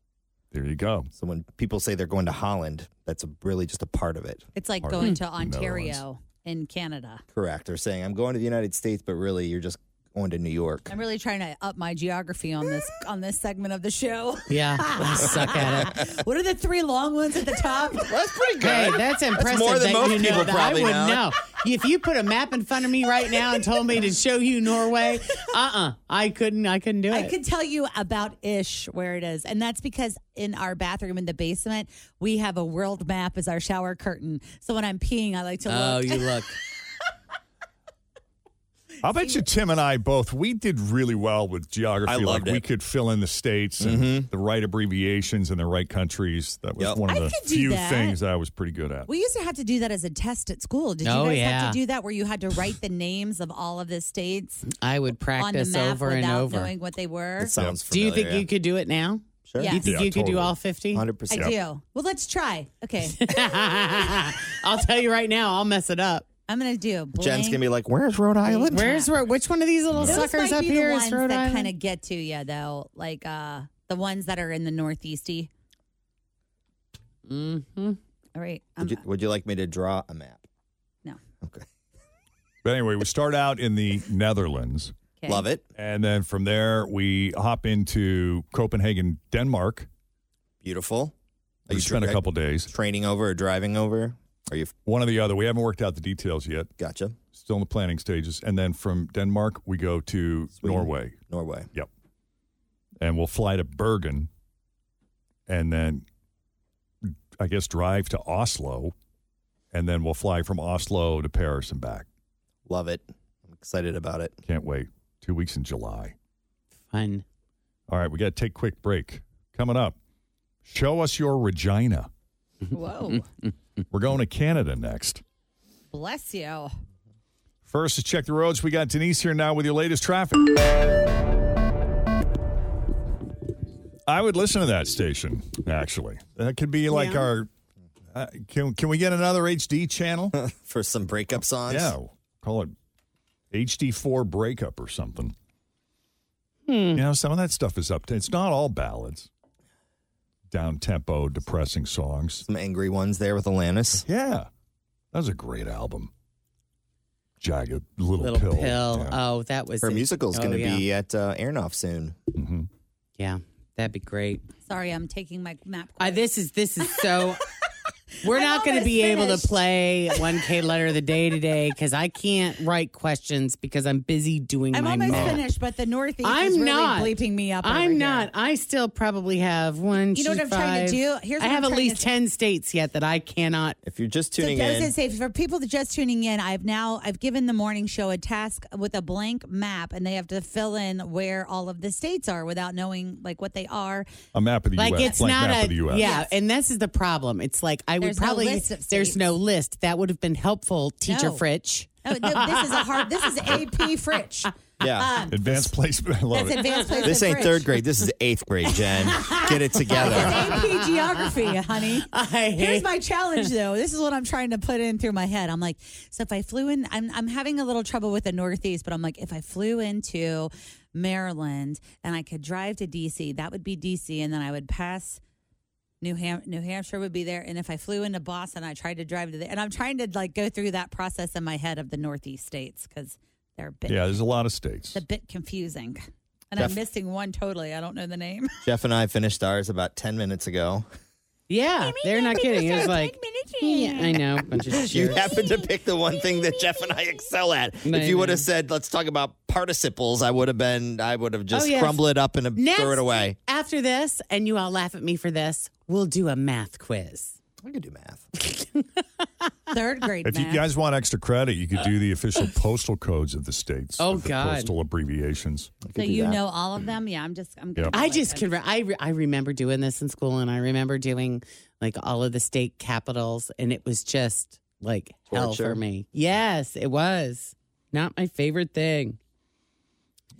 There you go.
So when people say they're going to Holland, that's a, really just a part of it.
It's like
Part of
Hmm.
going
it.
to Ontario
Netherlands.
in Canada.
Correct. They're saying I'm going to the United States, but really you're just going to New York.
I'm really trying to up my geography on
(gasps)
this on this segment of the show. (laughs)
Yeah, I Ah, suck at it.
What are the three long ones at the top?
That's pretty
Hey, that's impressive.
more than
that
most
you know
people
that.
probably
I wouldn't
know.
know. If you put a map in front of me right now and told me to show you Norway, uh uh I couldn't I couldn't do it.
I could tell you about ish where it is. And that's because in our bathroom in the basement, we have a world map as our
Oh,
shower curtain. So when I'm peeing, I like to
oh,
look.
you look.
I'll bet you Tim and I both we did really well with geography.
I
like
loved
we
it. Mm-hmm.
could fill in the states and the right abbreviations and the right countries. That was
Yep.
one of
I
the
could do
few
that.
things I was pretty good at.
(laughs) We used to have to do that as a test at school. Did
Oh,
you guys
yeah.
have to do that where you had to write the names of all of the states
I would practice
on the map
over
without
and over.
knowing what they were?
Do you think you could do it now?
Sure.
Do you
Yes.
think
Yeah,
you could do
totally.
all 50?
I do. Well, let's try. Okay.
(laughs) I'll tell you right now, I'll mess it up.
I'm going to do.
(laughs)
Blank.
Jen's gonna be like, "Where's Rhode Island?"
Where's Ro- which one of these little
Those
suckers
might
up
be
here
the
is
ones
Rhode
that
Island?
kind of get to you though, like uh the ones that are in the northeasty.
Mm-hmm.
All right.
Would you, would you like me to draw a map?
But anyway, we start out in the (laughs) Netherlands.
Okay. Love
it.
And then from there we hop into Copenhagen, Denmark.
Beautiful. Are
We
you
spent a
dri-
couple days.
Training over or driving over? Are you
one or the other? We haven't worked out the details yet.
Gotcha.
Still in the planning stages. And then from Denmark we go to Norway.
Norway.
Yep. And we'll fly to Bergen and then I guess drive to Oslo and then we'll fly from Oslo to Paris and back.
Love it. I'm excited about it.
Can't wait. 2 weeks in July.
Fun.
All right, we got to take a quick break. Coming up, show us your Regina.
Whoa.
(laughs) We're going to Canada next.
Bless you.
First, let's check the roads. We got Denise here now with your latest traffic. I would listen to that station, actually. That could be like
Yeah.
our. Uh, can, can we get another HD
(laughs)
channel?
For some breakup songs?
yeah, call it HD4 Breakup or something.
Hmm.
You know, some of that stuff is up to. It's not all ballads, down tempo, depressing songs.
Some angry ones there with Alanis.
Yeah. That was a great album. Jagged Little,
Little
Pill.
Pill. Oh, that was
Her
it.
musical's
Oh,
going to
yeah.
be at uh, Aronoff soon.
Mm-hmm.
Yeah, that'd be great.
Sorry, I'm taking my map.
Uh, this is this is
(laughs)
so. We're not going to be able to play 1K letter of the day today because I can't write questions because I'm busy doing
I'm
my
almost
math.
finished, but the northeast
I'm
is really
not
bleeping me up. over
I'm
here.
not. I still probably have one.
You know what
two,
I'm trying to
five-
do? Here's
I
what
have
I'm
at
trying
least ten states yet that I cannot.
If you're just
So I was gonna say for people that just tuning in, I've now I've given the morning show a task with a blank map, and they have to fill in where all of the states are without knowing like what they are.
A map of the
like
U.S.
it's
blank
not
map
a
of the U.S.
yeah, and this is the problem. It's like I
There's
would
no
probably
list of
there's
states.
no list that would have been helpful, teacher
No.
Fritch.
Oh, no, this is a hard. This is AP Fritch.
Yeah.
(laughs)
Um,
(laughs) advanced placement. I love
That's
it.
advanced placement
This ain't
bridge.
third grade. This is eighth grade,
(laughs)
Jen. Get it together.
AP geography, honey.
I
Here's my challenge, though. This is what I'm trying to put in through my head. I'm like, so if I flew in, I'm, I'm having a little trouble with the Northeast, but I'm like, if I flew into Maryland and I could drive to DC, that would be DC, and then I would pass. New, Ham- New Hampshire would be there, and if I flew into Boston, I tried to drive to the. And I'm trying to like go through that process in my head of the Northeast states because they're a bit,
Yeah, there's a lot of states.
it's a bit confusing, and I'm
Def-
missing one totally. I don't know the name.
Jeff and I finished ours about 10 minutes ago.
(laughs) Yeah, they're not kidding. It was like yeah, I know. Bunch of
(laughs) You
jerks.
happened to pick the one thing that Jeff and I excel at. If
Maybe.
you would have said, let's talk about participles, I would have been, I would have just
Oh, yeah.
crumbled it up and
Next-
throw it away.
After this, and you all laugh at me for this, we'll do a math (laughs) quiz.
I could do math.
Third grade.
If you
math.
guys want extra credit, you could do the official postal codes of the states.
Oh,
with the
God.
Postal abbreviations.
So you know all of them? Yeah, I'm just. I'm.
Yeah.
I just could. Re- I re- I remember doing this in school, and I remember doing like all of the state capitals, and it was just like hell
Torture.
for me. Yes, it was not my favorite thing.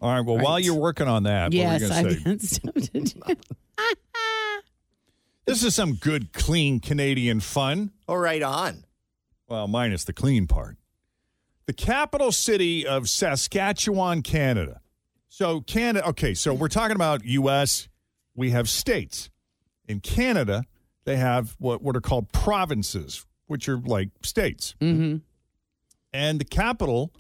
All right. Well, while
Right.
you're working on that,
yes,
what were you going
(laughs) I've
to say?
got stuff to do.
This is some good, clean Canadian fun.
All right, on.
Well, minus the clean part. The capital city of Saskatchewan, Canada. So, Canada, okay, so we're talking about U.S., we have states. In Canada, they have what, what are called provinces, which are like states.
Mm-hmm.
And the capital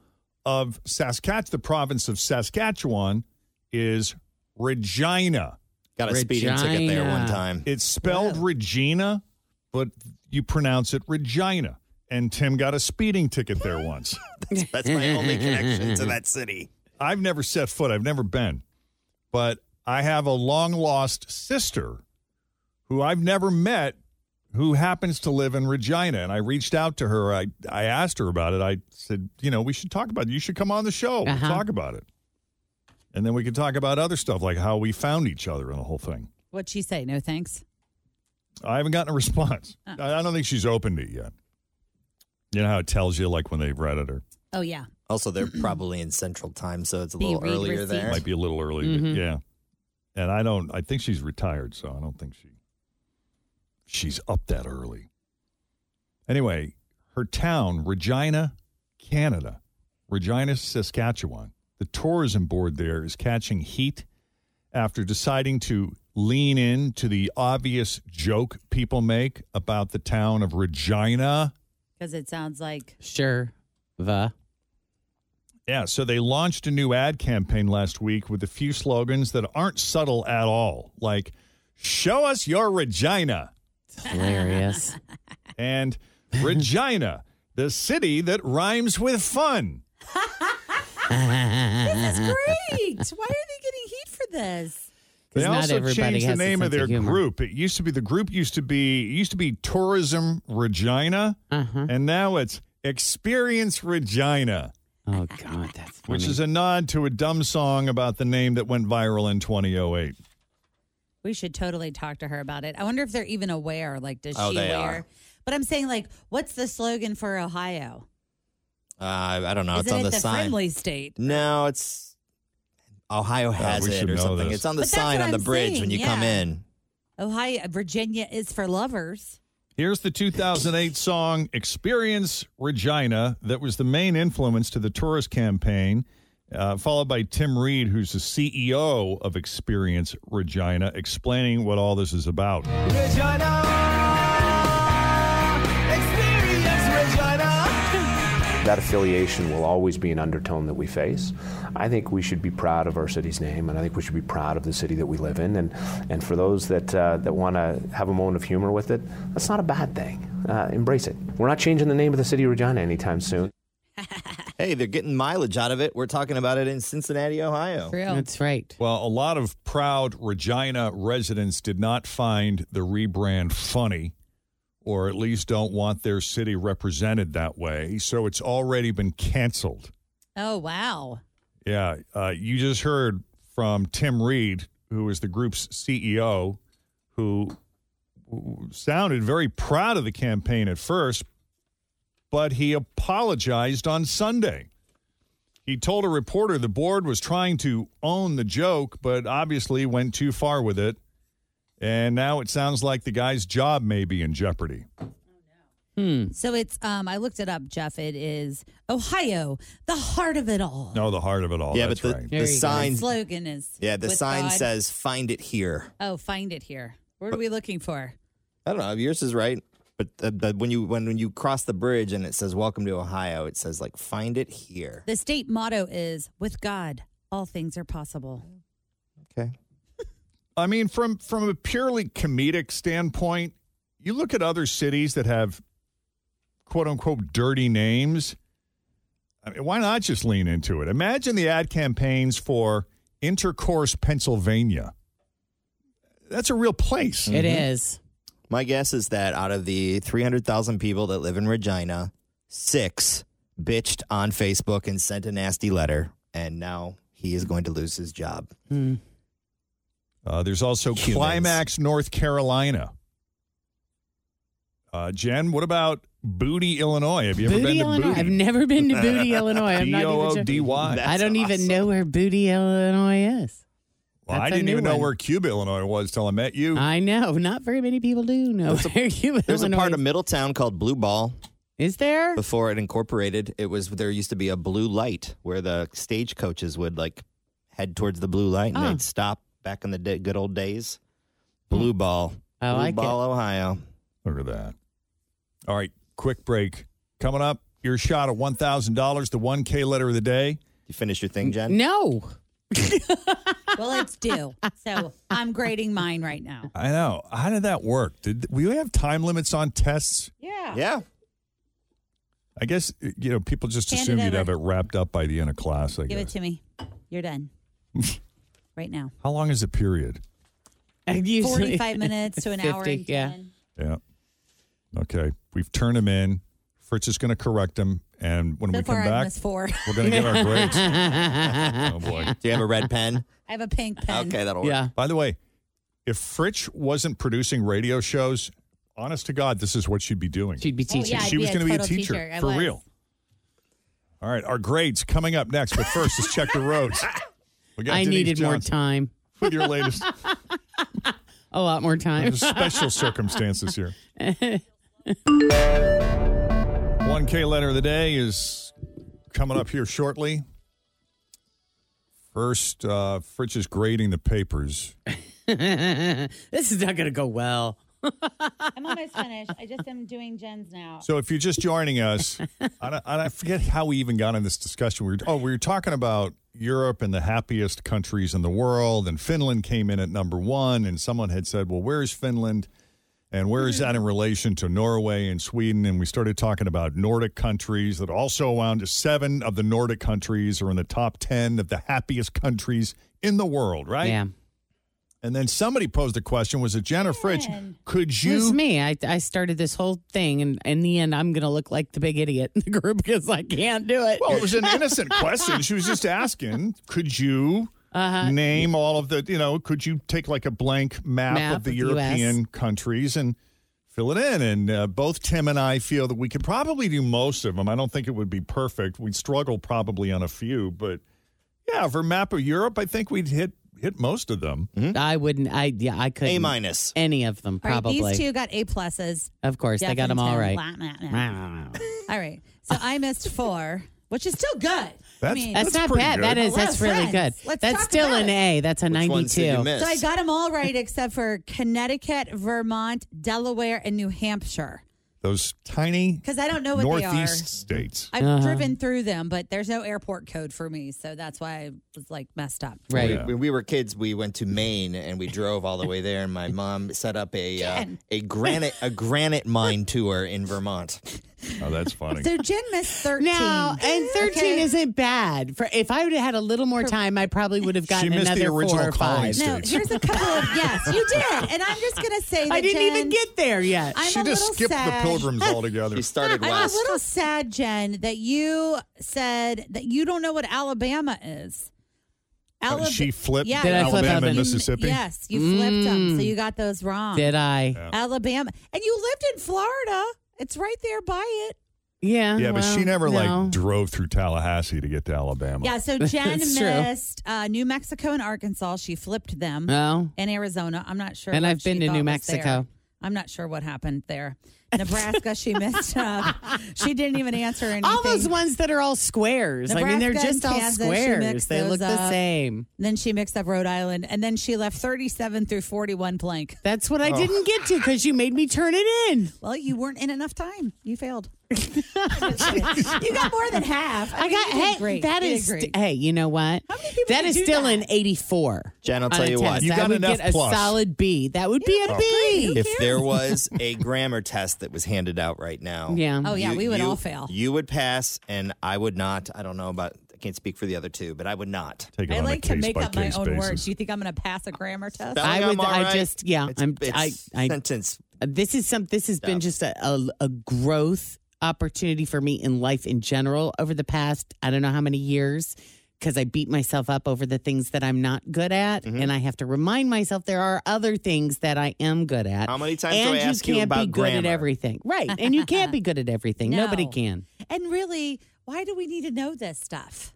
of Saskatch, the province of Saskatchewan, is Regina.
Got a speeding ticket there one
Regina.
time.
It's spelled Regina, but you pronounce it Regina. And Tim got a speeding ticket there once.
(laughs) That's, that's my only connection to that city.
I've never set foot, I've never been, but I have a long lost sister who I've never met who happens to live in Regina. And I reached out to her. I, I asked her about it. I said, you know, we should talk about it. You should come on the show. We'll
Uh-huh.
talk about it. And then we could talk about other stuff like how we found each other and the whole thing.
What'd she say? No thanks.
I haven't gotten a response. I I don't think she's opened it yet. You know how it tells you, like when they've read it or
Oh yeah.
Also, they're probably in Central Time, so it's a
The
little
read
earlier
receipt.
there.
might be a little early, but
Mhm.
yeah. And I don't. I think she's retired, so I don't think she she's up that early. Anyway, her town, Regina, Canada, Regina, Saskatchewan. The tourism board there is catching heat after deciding to lean in to the obvious joke people make about the town of Regina.
Because it sounds like
Sure. The. Yeah, so they launched a new ad campaign last week with a few slogans that aren't subtle at all, like "Show us your Regina."
Hilarious.
(laughs) and Regina, the city that rhymes with fun.
(laughs) this is great. Why are they getting heat for this?
They
not
also
everybody
changed the
has a
name of
sense of
their
humor.
group. It used to be the group used to be it used to be Tourism Regina,
Uh-huh.
and now it's Experience Regina.
Oh God, that's
which is a nod to a dumb song about the name that went viral in 2008.
We should totally talk to her about it. I wonder if they're even aware. Like, does
Oh,
she
they
wear?
are.
But I'm saying, like, what's the slogan for Ohio?
Uh, I don't know.
is
it's
it
on
at
the,
the
sign.
friendly state?
No, it's Ohio has
we
it
should
or
know
something.
this.
It's on the
But that's
sign
what
on the
I'm
bridge when
saying,
you come
yeah.
in.
Ohio, Virginia is for lovers.
Here's the 2008 song Experience Regina that was the main influence to the tourist campaign, uh, followed by Tim Reed, who's the CEO of Experience Regina, explaining what all this is about.
Regina. Experience Regina.
That affiliation will always be an undertone that we face. I think we should be proud of our city's name, and I think we should be proud of the city that we live in. And, and for those that, uh, that want to have a moment of humor with it, that's not a bad thing. Uh, embrace it. We're not changing the name of the city of Regina anytime soon.
Hey, they're getting mileage out of it. We're talking about it in Cincinnati, Ohio.
That's right.
Well, a lot of proud Regina residents did not find the rebrand funny, or at least don't want their city represented that way. So it's already been canceled.
Oh wow.
Yeah. Uh, you just heard from Tim Reed, who is the group's CEO, who w- sounded very proud of the campaign at first, but he apologized on Sunday. He told a reporter the board was trying to own the joke, but obviously went too far with it. And now it sounds like the guy's job may be in jeopardy.
Hmm.
So it's um I looked it up, Jeff. It is Ohio, the heart of it all.
No, the heart of it all.
Yeah,
that's
but the-
right.
the There you go. sign-
The slogan is
Yeah, the
with
sign
God.
says "Find it here."
Oh, find it here. What are we looking for?
I don't know. if Yours is right, but uh, but when you when, when you cross the bridge and it says "Welcome to Ohio," it says like "Find it here."
The state motto is with God, all things are possible.
I mean, from from a purely comedic standpoint, you look at other cities that have quote unquote dirty names. I mean, why not just lean into it? Imagine the ad campaigns for Intercourse, Pennsylvania. That's a real place.
It is.
Mm-hmm. My guess is that out of the 300,000 people that live in Regina, six bitched on Facebook and sent a nasty letter, and now he is going to lose his job.
Hmm.
Uh, there's also Climax, North Carolina. Uh, Jen, what about Booty, Illinois? Have you ever been
Booty,
to
Illinois.
Booty?
I've never been
(laughs)
to Booty, Illinois. I'm not even sure-
B-O-O-D-Y.
I don't even know where Booty, Illinois is.
Well, I
That's a
didn't
new
even know
one.
where Cuba, Illinois was till I met you.
I know. Not very many people do know where (laughs) Cuba,
There's a
Oh, Illinois
part of Middletown called Blue Ball.
Is there?
Before it incorporated, it was there used to be a blue light where the stagecoaches would like head towards the blue light and
Oh.
they'd stop back in the day, good old days. Blue Ball.
Hmm. I
blue
like it.
Ball, Ohio.
Look at that. All right, quick break. Coming up, your shot at one thousand dollars, the one K letter of the day.
You finished your thing, Jen?
No.
well, it's due. So I'm grading mine right now.
I know. How did that work? Did we have time limits on tests?
Yeah.
Yeah.
I guess you know people just
Hand it
assumed you'd
over.
have it wrapped up by the end of class. I
Give
guess.
it to me. You're done. right now.
How long is a period?
Usually- (laughs)
45 minutes to an hour
50,
and
yeah.
Yeah. Okay, we've turned him in. Fritz is going to correct him, and when
So
we
far,
come
I
back,
missed four.
we're going to get
(laughs)
our
(laughs)
grades. oh boy!
Do you have a red pen?
I have a pink pen. (laughs)
By the way, if Fritch wasn't producing radio shows, honest to God, this is what she'd be doing. She'd
be
Oh, teaching. yeah, I'd
she
be
was
a
going to be a
total
teacher,
teacher. I
for
was.
real. All right, our grades coming up next, but first, let's check the
(laughs)
roads. We
I
Denise
needed more
Johnson
time.
(laughs) With your
(laughs)
latest
A lot more time. (laughs)
special circumstances here. One K letter of the day is coming up here shortly. First, uh, Fritch is grading the papers.
(laughs) this is not going to go well.
I'm almost finished. I just am doing Jen's now.
So if you're just joining
(laughs)
us, I, don't, I don't- I forget how we even got in this discussion. We were, oh, we were talking about Europe and the happiest countries in the world, and Finland came in at number one. And someone had said, "Well, where's Finland?" And where is
Mm-hmm.
that in relation to Norway and Sweden? And we started talking about Nordic countries that also wound to seven of the Nordic countries are in the top 10 of the happiest countries in the world, right?
Yeah.
And then somebody posed a question was it Jenna Fritch? Could
It was
you
me. I, I started this whole thing, and in the end, I'm going to look like the big idiot in the group (laughs) because I can't do it.
Well, Oh, it was an
(laughs)
innocent question. She was just asking, could you name all of the, you know, could you take like a blank map,
Map
of the
of the
European countries and fill it in? And uh, both Tim and I feel that we could probably do most of them. I don't think it would be perfect. We'd struggle probably on a few, but yeah, for map of Europe, I think we'd hit hit most of them.
I wouldn't. I yeah, I couldn't.
minus.
Any of them,
All right,
probably.
these two got A pluses.
Of course, they got them all right.
Definitely. All right. So I missed four, which is still good. That's, I mean,
that's, not bad. That is.
A lot
That's
of
really good.
friends. Let's
that's
talk
still
about
an
it.
A. That's a
ones did you
92.
miss?
So I got them all right except for Connecticut, Vermont, Delaware, and New Hampshire.
Those tiny
Because I don't know what they are.
northeast states.
I've
Uh-huh.
driven through them, but there's no airport code for me, so that's why I was like messed up.
Oh,
When we- When we were kids, we went to Maine and we drove all the way there, and my mom set up a uh,
Jen.
a granite a granite mine tour in Vermont.
Oh, that's funny.
So Jen
(laughs)
missed thirteen.
Now, and 13
Okay.
isn't bad. For if I would have had a little more time, I probably would
(laughs)
have gotten
missed the
another
original
four or
colony
five.
states.
Here's a couple
(laughs)
of yes, you did, and I'm just gonna say that
I didn't
Jen,
even get there yet.
I'm
she
a
just
little
skipped
sad.
the
(laughs)
pilgrims altogether. She
started
I'm a little sad, Jen, that you said that you don't know what Alabama is.
Uh,
Alab-
she flipped
Yeah.
Alabama
up
and
in-
Mississippi.
Yes, you flipped them, so you got those wrong.
Mm. Did I?
Alabama, and you lived in Florida. It's right there by it.
Yeah.
Yeah, but she
well,
never
no.
like drove through Tallahassee to get to Alabama.
Yeah,
(laughs)
so Jen
That's true.
missed uh, New Mexico and Arkansas. She flipped them.
No.
And Arizona. I'm not sure.
And
what
I've
she
been to
thought
New
was
Mexico.
there. I'm not sure what happened there. Nebraska, she missed
(laughs)
up. She didn't even answer anything.
All those ones that are all squares. I mean, they're
Nebraska and
just all
Kansas, she
squares.
mixed
They look
those
the
up.
same.
Then she mixed up Rhode Island, and then she left 37 through 41 blank.
That's what I
Oh.
Oh.
didn't get to because you made me turn it in.
Well, you weren't in enough time. You
(laughs)
failed. (laughs) you got more than half.
I,
mean,
got
you did
hey,
great.
that
You did
is
great.
hey, you know what?
people
That
can
is
do
still
that?
an 84.
Jen, I'll
on
tell
a
you what.
test.
You
I
got
would
an
get
F
a
plus.
solid B. That would be a B.
Oh. If there
(laughs)
was a grammar test that was handed out right now,
Yeah.
Oh, yeah, we would all fail.
You would pass, and I would not. I don't know about. I can't speak for the other two, but I would not.
Take
I like to make up my own words. You think I'm going to pass a grammar test?
Spelling,
I would.
I'm all
I
right.
just. Yeah.
It's-
I'm.
it's
I. I
sentence.
This is some. This has been just a, a a growth opportunity for me in life in general over the past I don't know how many years because I beat myself up over the things that I'm not good at,
Mm-hmm.
and I have to remind myself there are other things that I am good at.
How many times do
and
I ask you
can't be
about
good at
grammar?
everything, right? And you can't be good at
(laughs)
everything.
No.
Nobody can.
And really, why do we need to know this stuff?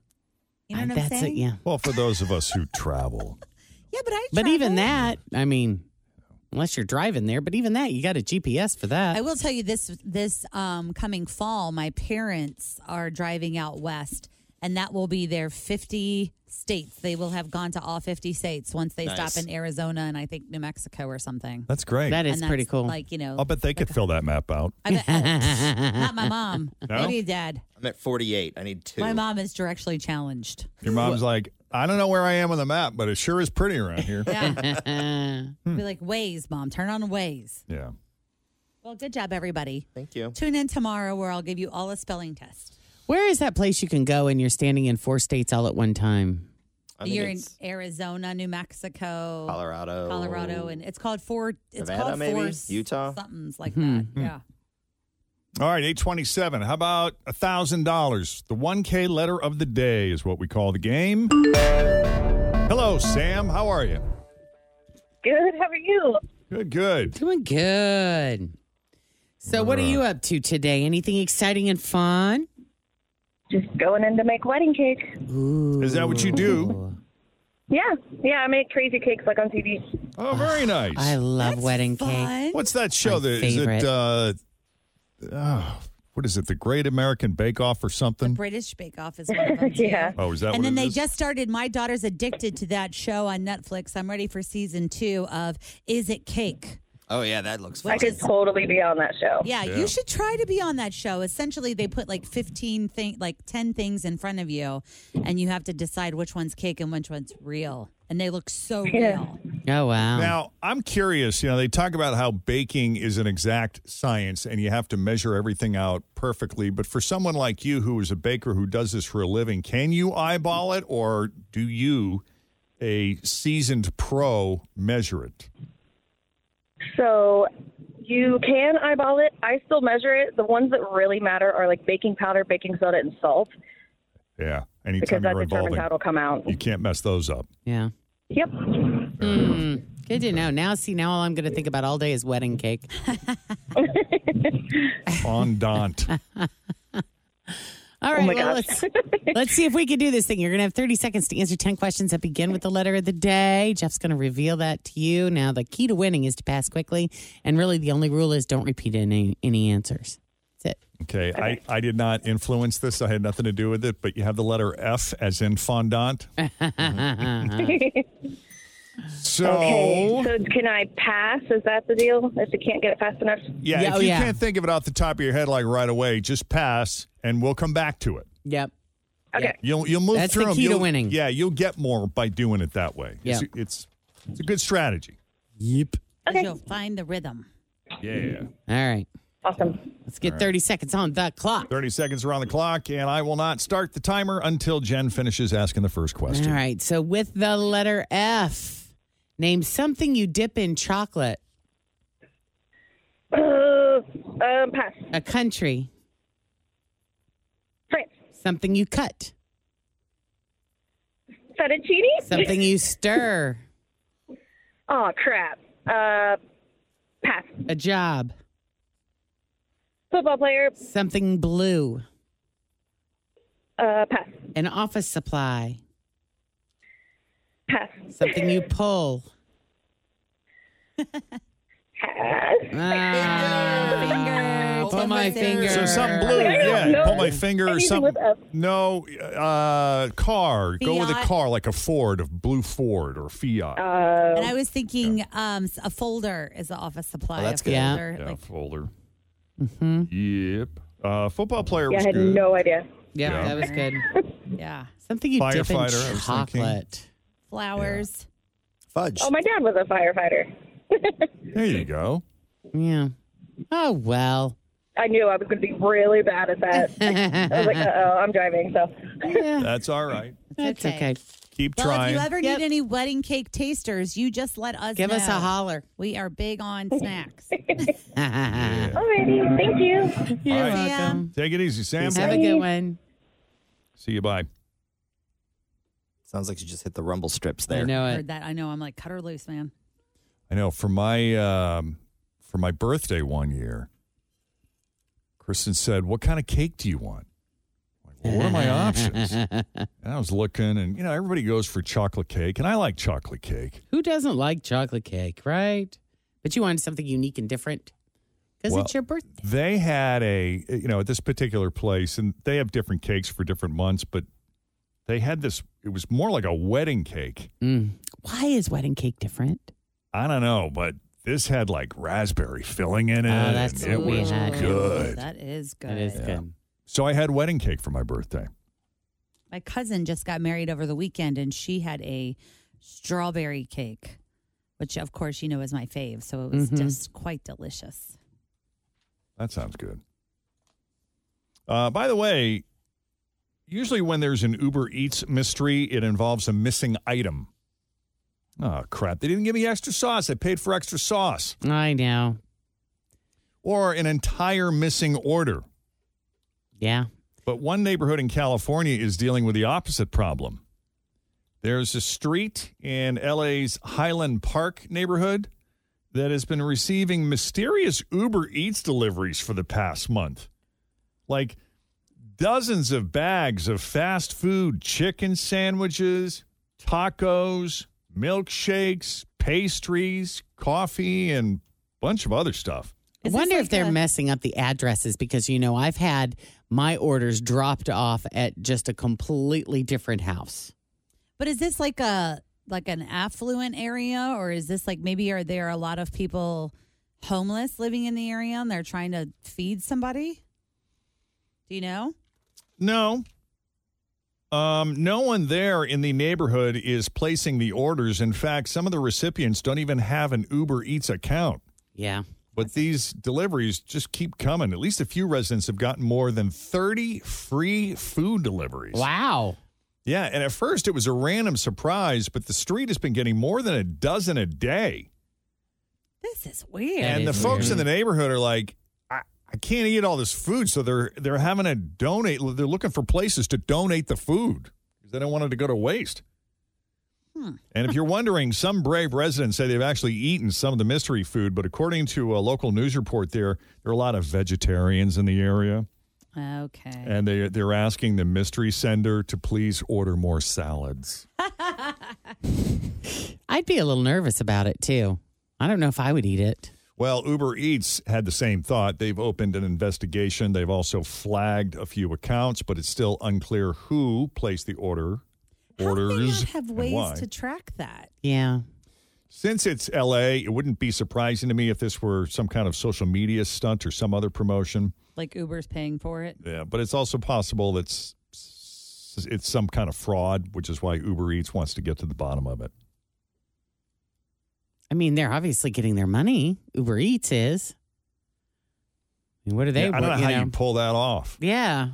You know what I'm
That's
saying?
it. Yeah.
Well, for those of us who travel,
(laughs) Yeah, but I.
But
travel.
even that, I mean, unless you're driving there, but even that, you got a GPS for that.
I will tell you this: this um, coming fall, my parents are driving out west, and that will be their 50 states. They will have gone to all 50 states once they
Nice.
stop in Arizona and I think New Mexico or something.
that's great.
That is
And
pretty
that's
cool.
Like you know,
I'll bet they could fill that map out.
I bet, oh,
(laughs)
not my mom,
(laughs) No?
maybe dad.
I'm at 48. I need two.
My mom is directionally challenged.
Your mom's like, I don't know where I am on the map, but it sure is pretty around here.
(laughs) Yeah.
Be like, ways, mom, turn on ways.
yeah.
Well, good job, everybody.
Thank you.
Tune in tomorrow where I'll give you all a spelling test.
Where is that place you can go and you're standing in four states all at one time?
I think
You're in
it's
Arizona, New Mexico,
Colorado.
Colorado, and it's called four. It's
Nevada,
called
maybe?
four
Utah?
something's like
Hmm.
that. Yeah,
All right, 827. How about a $1,000? The 1K letter of the day is what we call the game. Hello, Sam. How are you?
Good. How are you?
Good, good.
Doing good. So, what are you up to today? Anything exciting and fun?
Just going in to make wedding cake.
Is that what you do?
Yeah, yeah. I make crazy cakes like on TV.
Oh, very nice.
Ah, I love wedding cake.
What's that show? that is
favorite.
it, uh, oh, what is it, The Great American Bake Off or something?
British Bake Off is one of them. too.
Yeah. Oh, is that
and
what
then
it
they
is?
just started. My daughter's addicted to that show on Netflix. I'm ready for season two of Is It Cake?
Oh yeah, that looks.
I could
totally be on that show.
Yeah, you should try to be on that show. Essentially, they put like 15 thing, like 10 things in front of you, and you have to decide which one's cake and which one's real. And they look so real.
Oh, wow.
Now, I'm curious. You know, they talk about how baking is an exact science and you have to measure everything out perfectly. But for someone like you who is a baker who does this for a living, can you eyeball it or do you, a seasoned pro, measure it?
So you can eyeball it. I still measure it. The ones that really matter are like baking powder, baking soda, and salt
Yeah.
because
Anytime
that
you're
determines
involving,
how it'll come out.
you can't mess those up.
Yeah.
Yep.
Mm, good to know. Now, see, now all I'm going to think about all day is
(laughs)
wedding cake. (laughs)
Fondant.
All
Oh
right,
my
well,
gosh.
let's, let's see if we can do this thing. You're going to have 30 seconds to answer 10 questions that begin with the letter of the day. Jeff's going to reveal that to you. Now, the key to winning is to pass quickly. And really, the only rule is don't repeat any, any answers. That's it.
Okay, I, I did not influence this. I had nothing to do with it, but you have the letter F as in
(laughs)
fondant. (laughs) So,
okay. So can I pass? Is that the deal? If you can't get it fast enough?
yeah,
oh,
if you can't think of it off the top of your head like right away, just pass and we'll come back to it.
Yep.
Okay.
You'll you'll move
That's the
through 'em.
key to
You'll-
winning.
Yeah, you'll get more by doing it that way.
Yeah.
It's, it's it's a good strategy. Yep.
Okay. You'll find the rhythm.
Yeah.
All right.
Awesome.
Let's get 30 seconds on the clock.
30 seconds around the clock, and I will not start the timer until Jen finishes asking the first question.
All right. So, with the letter F, name something you dip in chocolate.
Uh, um, pass.
A country.
France.
Something you cut.
Fettuccine?
Something you stir.
(laughs) oh, crap. Uh, pass.
A job.
Football player.
Something blue.
Uh, pass.
An office supply.
Pass.
Something you pull. Ah, pull my finger.
So something blue,
I don't
yeah.
know.
Pull my finger or
Anything
something. No, uh, car. Go with a
Fiat.
car, like a Ford, a blue Ford or Fiat.
Uh,
and I was thinking um, a folder is the office supply. a folder,
Oh, Yeah,
like
folder.
Mm-hmm.
Yep. Uh, football player
Yeah, I
was
had
good.
No idea.
Yeah,
Yeah.
that was good.
(laughs) yeah. (laughs)
Something you dip
Firefighter,
in
I was thinking.
chocolate.
flowers.
Fudge.
Oh, my dad was a firefighter.
There you go.
Yeah. Oh well.
I knew I was going to be really bad at
(laughs)
that. I was like, uh oh, I'm driving. So,
That's all right.
That's okay.
Keep
Well,
trying.
if you ever need any wedding cake tasters, you just let us
Give us a
know.
holler.
We are big on snacks.
alrighty. Thank you.
All
You're
right.
welcome.
Take it easy, Sam.
Have a good one.
See you. Bye.
Sounds like you just hit the rumble strips there.
Heard that. I know. I'm like, cut her loose, man.
I know. For my um, for my birthday one year, Kristen said, "What kind of cake do you want?" I'm like, well, what are
(laughs)
my options? And I was looking, and you know, everybody goes for chocolate cake, and I like chocolate cake.
Who doesn't like chocolate cake, right? But you wanted something unique and different because
Well,
it's your birthday.
They had a, you know, at this particular place, and they have different cakes for different months, but they had this. It was more like a wedding cake.
Why is wedding cake different?
I don't know, but this had like raspberry filling in it.
Oh, that's
and it
what we
was
had.
good.
That is good.
That is good.
So I had wedding cake for my birthday.
My cousin just got married over the weekend, and she had a strawberry cake, which, of course, you know is my fave. So it was
Mm-hmm.
Mhm.
just quite delicious.
That sounds good. Uh, by the way, usually when there's an Uber Eats mystery, it involves a missing item. Oh, crap. They didn't give me extra sauce. I paid for extra sauce.
I know.
or an entire missing order.
Yeah.
But one neighborhood in California is dealing with the opposite problem. There's a street in LA's Highland Park neighborhood that has been receiving mysterious Uber Eats deliveries for the past month. Like dozens of bags of fast food, chicken sandwiches, tacos, milkshakes, pastries, coffee, and a bunch of other stuff.
I wonder if they're messing up the addresses because, you know, I've had my orders dropped off at just a completely different house.
But is this like a like an affluent area, or is this like maybe are there a lot of people homeless living in the area and they're trying to feed somebody? Do you know?
No. Um, no one there in the neighborhood is placing the orders. In fact, some of the recipients don't even have an Uber Eats account.
Yeah.
But these deliveries just keep coming. At least a few residents have gotten more than 30 free food deliveries.
Wow.
Yeah. And at first it was a random surprise, but the street has been getting more than a dozen a day.
This is weird.
and the folks in the neighborhood are like, I, I can't eat all this food. So they're they're having to donate. They're looking for places to donate the food because they don't want it to go to waste. And if you're wondering, some brave residents say they've actually eaten some of the mystery food, but according to a local news report, there there are a lot of vegetarians in the area,
Okay.
and they they're asking the mystery sender to please order more salads.
I'd be a little nervous about it too. I don't know if I would eat it.
Well, Uber Eats had the same thought. They've opened an investigation. They've also flagged a few accounts, but it's still unclear who placed the order. Orders
Not have
and
ways
why.
to track that.
Yeah.
Since it's LA, it wouldn't be surprising to me if this were some kind of social media stunt or some other promotion.
Like Uber's paying for it.
Yeah, but it's also possible that it's, it's some kind of fraud, which is why Uber Eats wants to get to the bottom of it.
I mean, they're obviously getting their money. Uber Eats is. I mean, what are they?
Yeah, I don't
what-
know
you
how you pull that off.
Yeah.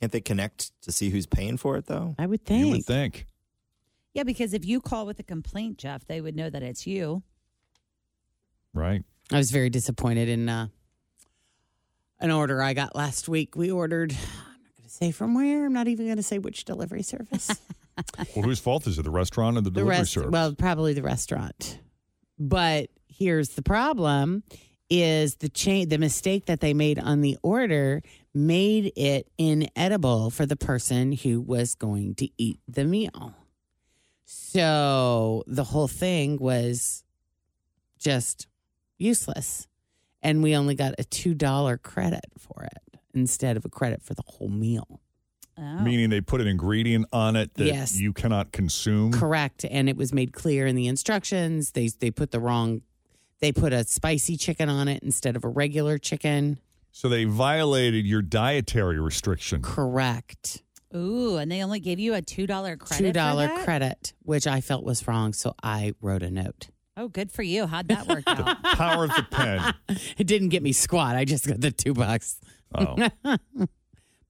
Can't they connect to see who's paying for it though?
I would think.
You would
think.
Yeah, because if you call with a complaint, Jeff, they would know that it's you.
Right.
I was very disappointed in uh, an order I got last week. We ordered, I'm not going to say from where, I'm not even going to say which delivery service.
Well, whose fault is it? The restaurant or the,
the
delivery
rest,
service?
well, probably the restaurant. But here's the problem is the chain the mistake that they made on the order made it inedible for the person who was going to eat the meal. So the whole thing was just useless. And we only got a $2 credit for it instead of a credit for the whole meal.
Meaning they put an ingredient on it that
oh. Yes.
you cannot consume.
Correct, and it was made clear in the instructions. They they put the wrong, they put a spicy chicken on it instead of a regular chicken.
So they violated your dietary restriction.
Correct,
Ooh, and they only gave you a two dollar credit.
two
for
dollar
that?
credit, which I felt was wrong, so I wrote a note.
Oh, good for you. How'd that work
(laughs)
out?
Power of the pen.
(laughs) It didn't get me squat. I just got the two bucks.
Oh.
(laughs)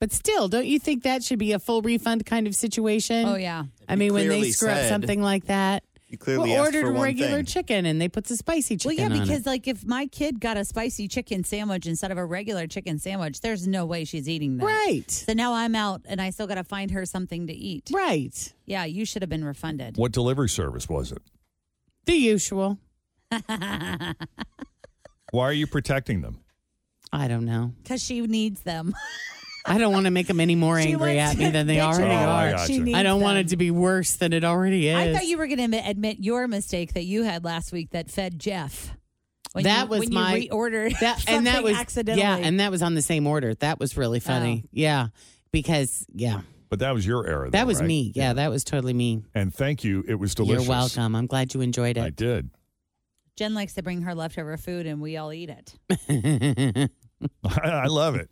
but still, don't you think that should be a full refund kind of situation?
Oh, yeah.
I mean, when they
clearly
screw up
said-
something like that,
You
clearly
well,
asked
ordered
for one
regular
thing.
chicken and they put the spicy
well,
(laughs) chicken.
yeah,
on it.
because like if my kid got a spicy chicken sandwich instead of a regular chicken sandwich, there's no way she's eating that.
Right. So
now I'm out and I still got to find her something to eat.
Right.
Yeah, you should have been refunded.
What delivery service was it?
the usual.
Why are you protecting them?
I don't know.
Because she needs them. (laughs)
I don't want to make them any more
She
angry
wants
at me
to
than they
bitch
already
about
are.
it. She She needs
I don't want
them.
it to be worse than it already is.
I thought you were going to admit your mistake that you had last week that fed Jeff. When
that
you,
was
when
my
you reordered (laughs)
that, and that
something
was
accidentally.
Yeah, and that was on the same order. That was really funny. Yeah, because yeah,
But that was your error.
that
though,
was
right?
me. Yeah, that was totally me.
And thank you. It was delicious.
You're welcome. I'm glad you enjoyed it. I
did.
Jen likes to bring her leftover food and we all eat it.
(laughs)
I,
I love it.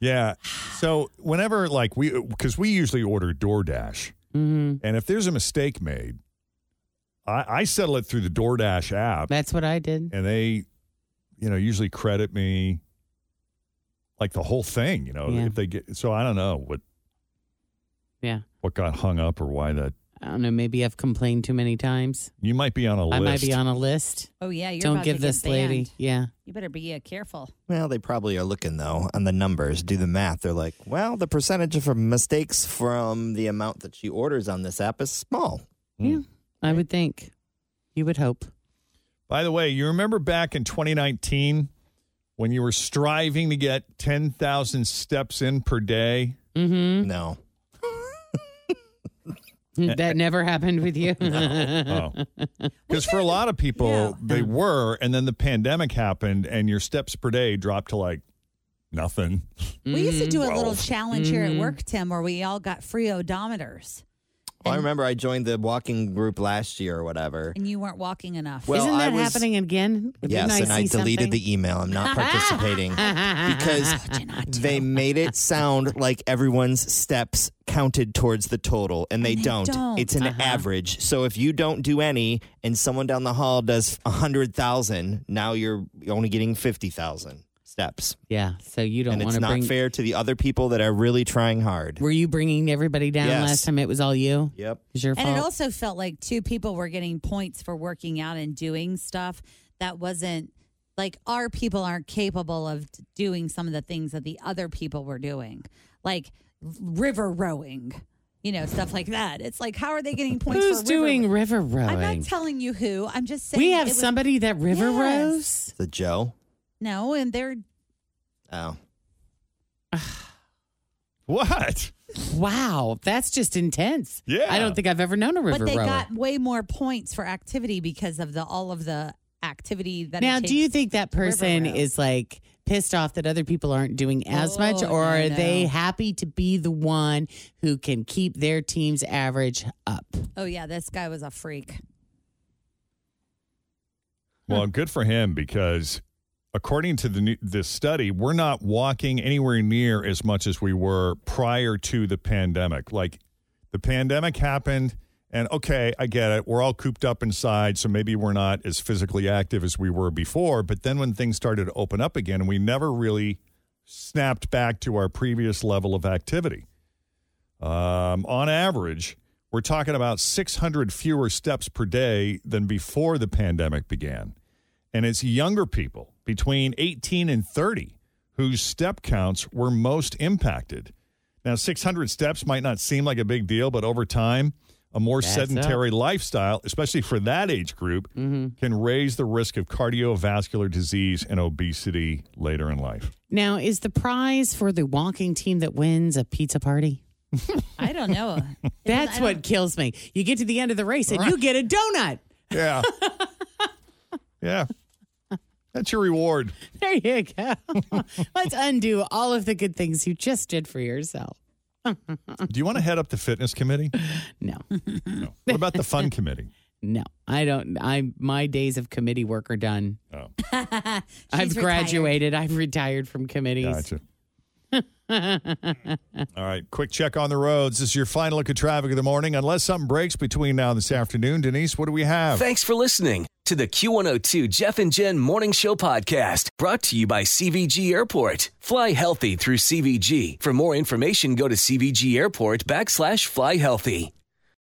Yeah. So whenever like we because we usually order DoorDash. And if there's a mistake made, I, I settle it through the DoorDash app.
That's what I did.
And they, you know, usually credit me like the whole thing, you know,
Yeah.
if they get so I don't know what
Yeah.
what got hung up or why that
I don't know. Maybe I've complained too many times.
You might be on a
I might be
list.
on a list.
Oh, yeah, you're
don't
about
give
to get
this lady.
banned.
Yeah.
You better be uh, careful.
Well, they probably are looking though on the numbers, do the math. They're like, well, the percentage of mistakes from the amount that she orders on this app is small.
Yeah, I would think. You would hope.
By the way, you remember back in 2019 when you were striving to get 10,000 steps in per day?
Mm-hmm.
No.
that never happened
(laughs)
with you. (laughs)
Oh.
(laughs)
Because for a lot of people, they were, and then the pandemic happened, and your steps per day dropped to like nothing.
We used
Mm,
to do a little
Twelve.
challenge here at work, Tim, where we all got free odometers,
Well, I remember I joined the walking group last year or whatever.
and you weren't walking enough.
Well,
Isn't
I
that
was-
happening again?
Yes,
Didn't
and I
see
deleted
something?
the email. I'm not
(laughs)
participating because they made it sound like everyone's steps counted towards the total, and they, don't.
don't.
It's an
Uh-huh.
average. So if you don't do any, and someone down the hall does hundred thousand, now you're only getting fifty thousand steps.
Yeah, so you don't
And it's
wanna
not
bring-
fair to the other people that are really trying hard.
Were you bringing everybody down
Yes.
last time? It was all you.
Yep.
It was your
and
fault.
it also felt like two people were getting points for working out and doing stuff that wasn't like our people aren't capable of t- doing some of the things that the other people were doing, like river rowing, you know, stuff like that. It's like, how are they getting points
Who's
for
doing
river
river
rowing?
rowing?
I'm not telling you who. I'm just saying.
we have
it was-
somebody that river
Yes.
rows.
The Joe.
No, and they're
Oh.
What?
Wow, that's just intense.
Yeah.
I don't think I've ever known a river
but they
rower.
got way more points for activity because of the all of the activity that. it
now, do you
takes
think that
to river
person
row.
is like pissed off that other people aren't doing as much,
Oh,
or
no,
are
no.
they happy to be the one who can keep their team's average up?
Oh yeah, this guy was a freak.
Well, good for him because according to the new, this study, we're not walking anywhere near as much as we were prior to the pandemic. Like the pandemic happened and okay, I get it. We're all cooped up inside, so maybe we're not as physically active as we were before, but then when things started to open up again, we never really snapped back to our previous level of activity. Um, on average, we're talking about 600 fewer steps per day than before the pandemic began. And it's younger people between 18 and 30 whose step counts were most impacted. Now, 600 steps might not seem like a big deal, but over time, a more
Adds up.
sedentary lifestyle, especially for that age group,
Mm-hmm.
can raise the risk of cardiovascular disease and obesity later in life.
Now, is the prize for the walking team that wins a pizza party?
I don't
(laughs)
know.
That's what kills me. You get to the end of the race and you get a donut.
Yeah.
(laughs)
yeah. That's your reward.
(laughs) There you go. (laughs) Let's undo all of the good things you just did for yourself.
Do you want to head up the fitness committee?
No.
no. What about the
(laughs)
fun committee?
No, I don't. I my days of committee work are done.
Oh.
(laughs) I've
She's retired.
graduated. I've retired from committees.
Gotcha. All right, quick check on the roads. This is your final look at traffic of the morning. Unless something breaks between now and this afternoon, Denise, what do we have?
Thanks for listening to the Q102 Jeff and Jen Morning Show podcast brought to you by CVG Airport. Fly healthy through CVG. For more information, go to CVG Airport backslash fly healthy.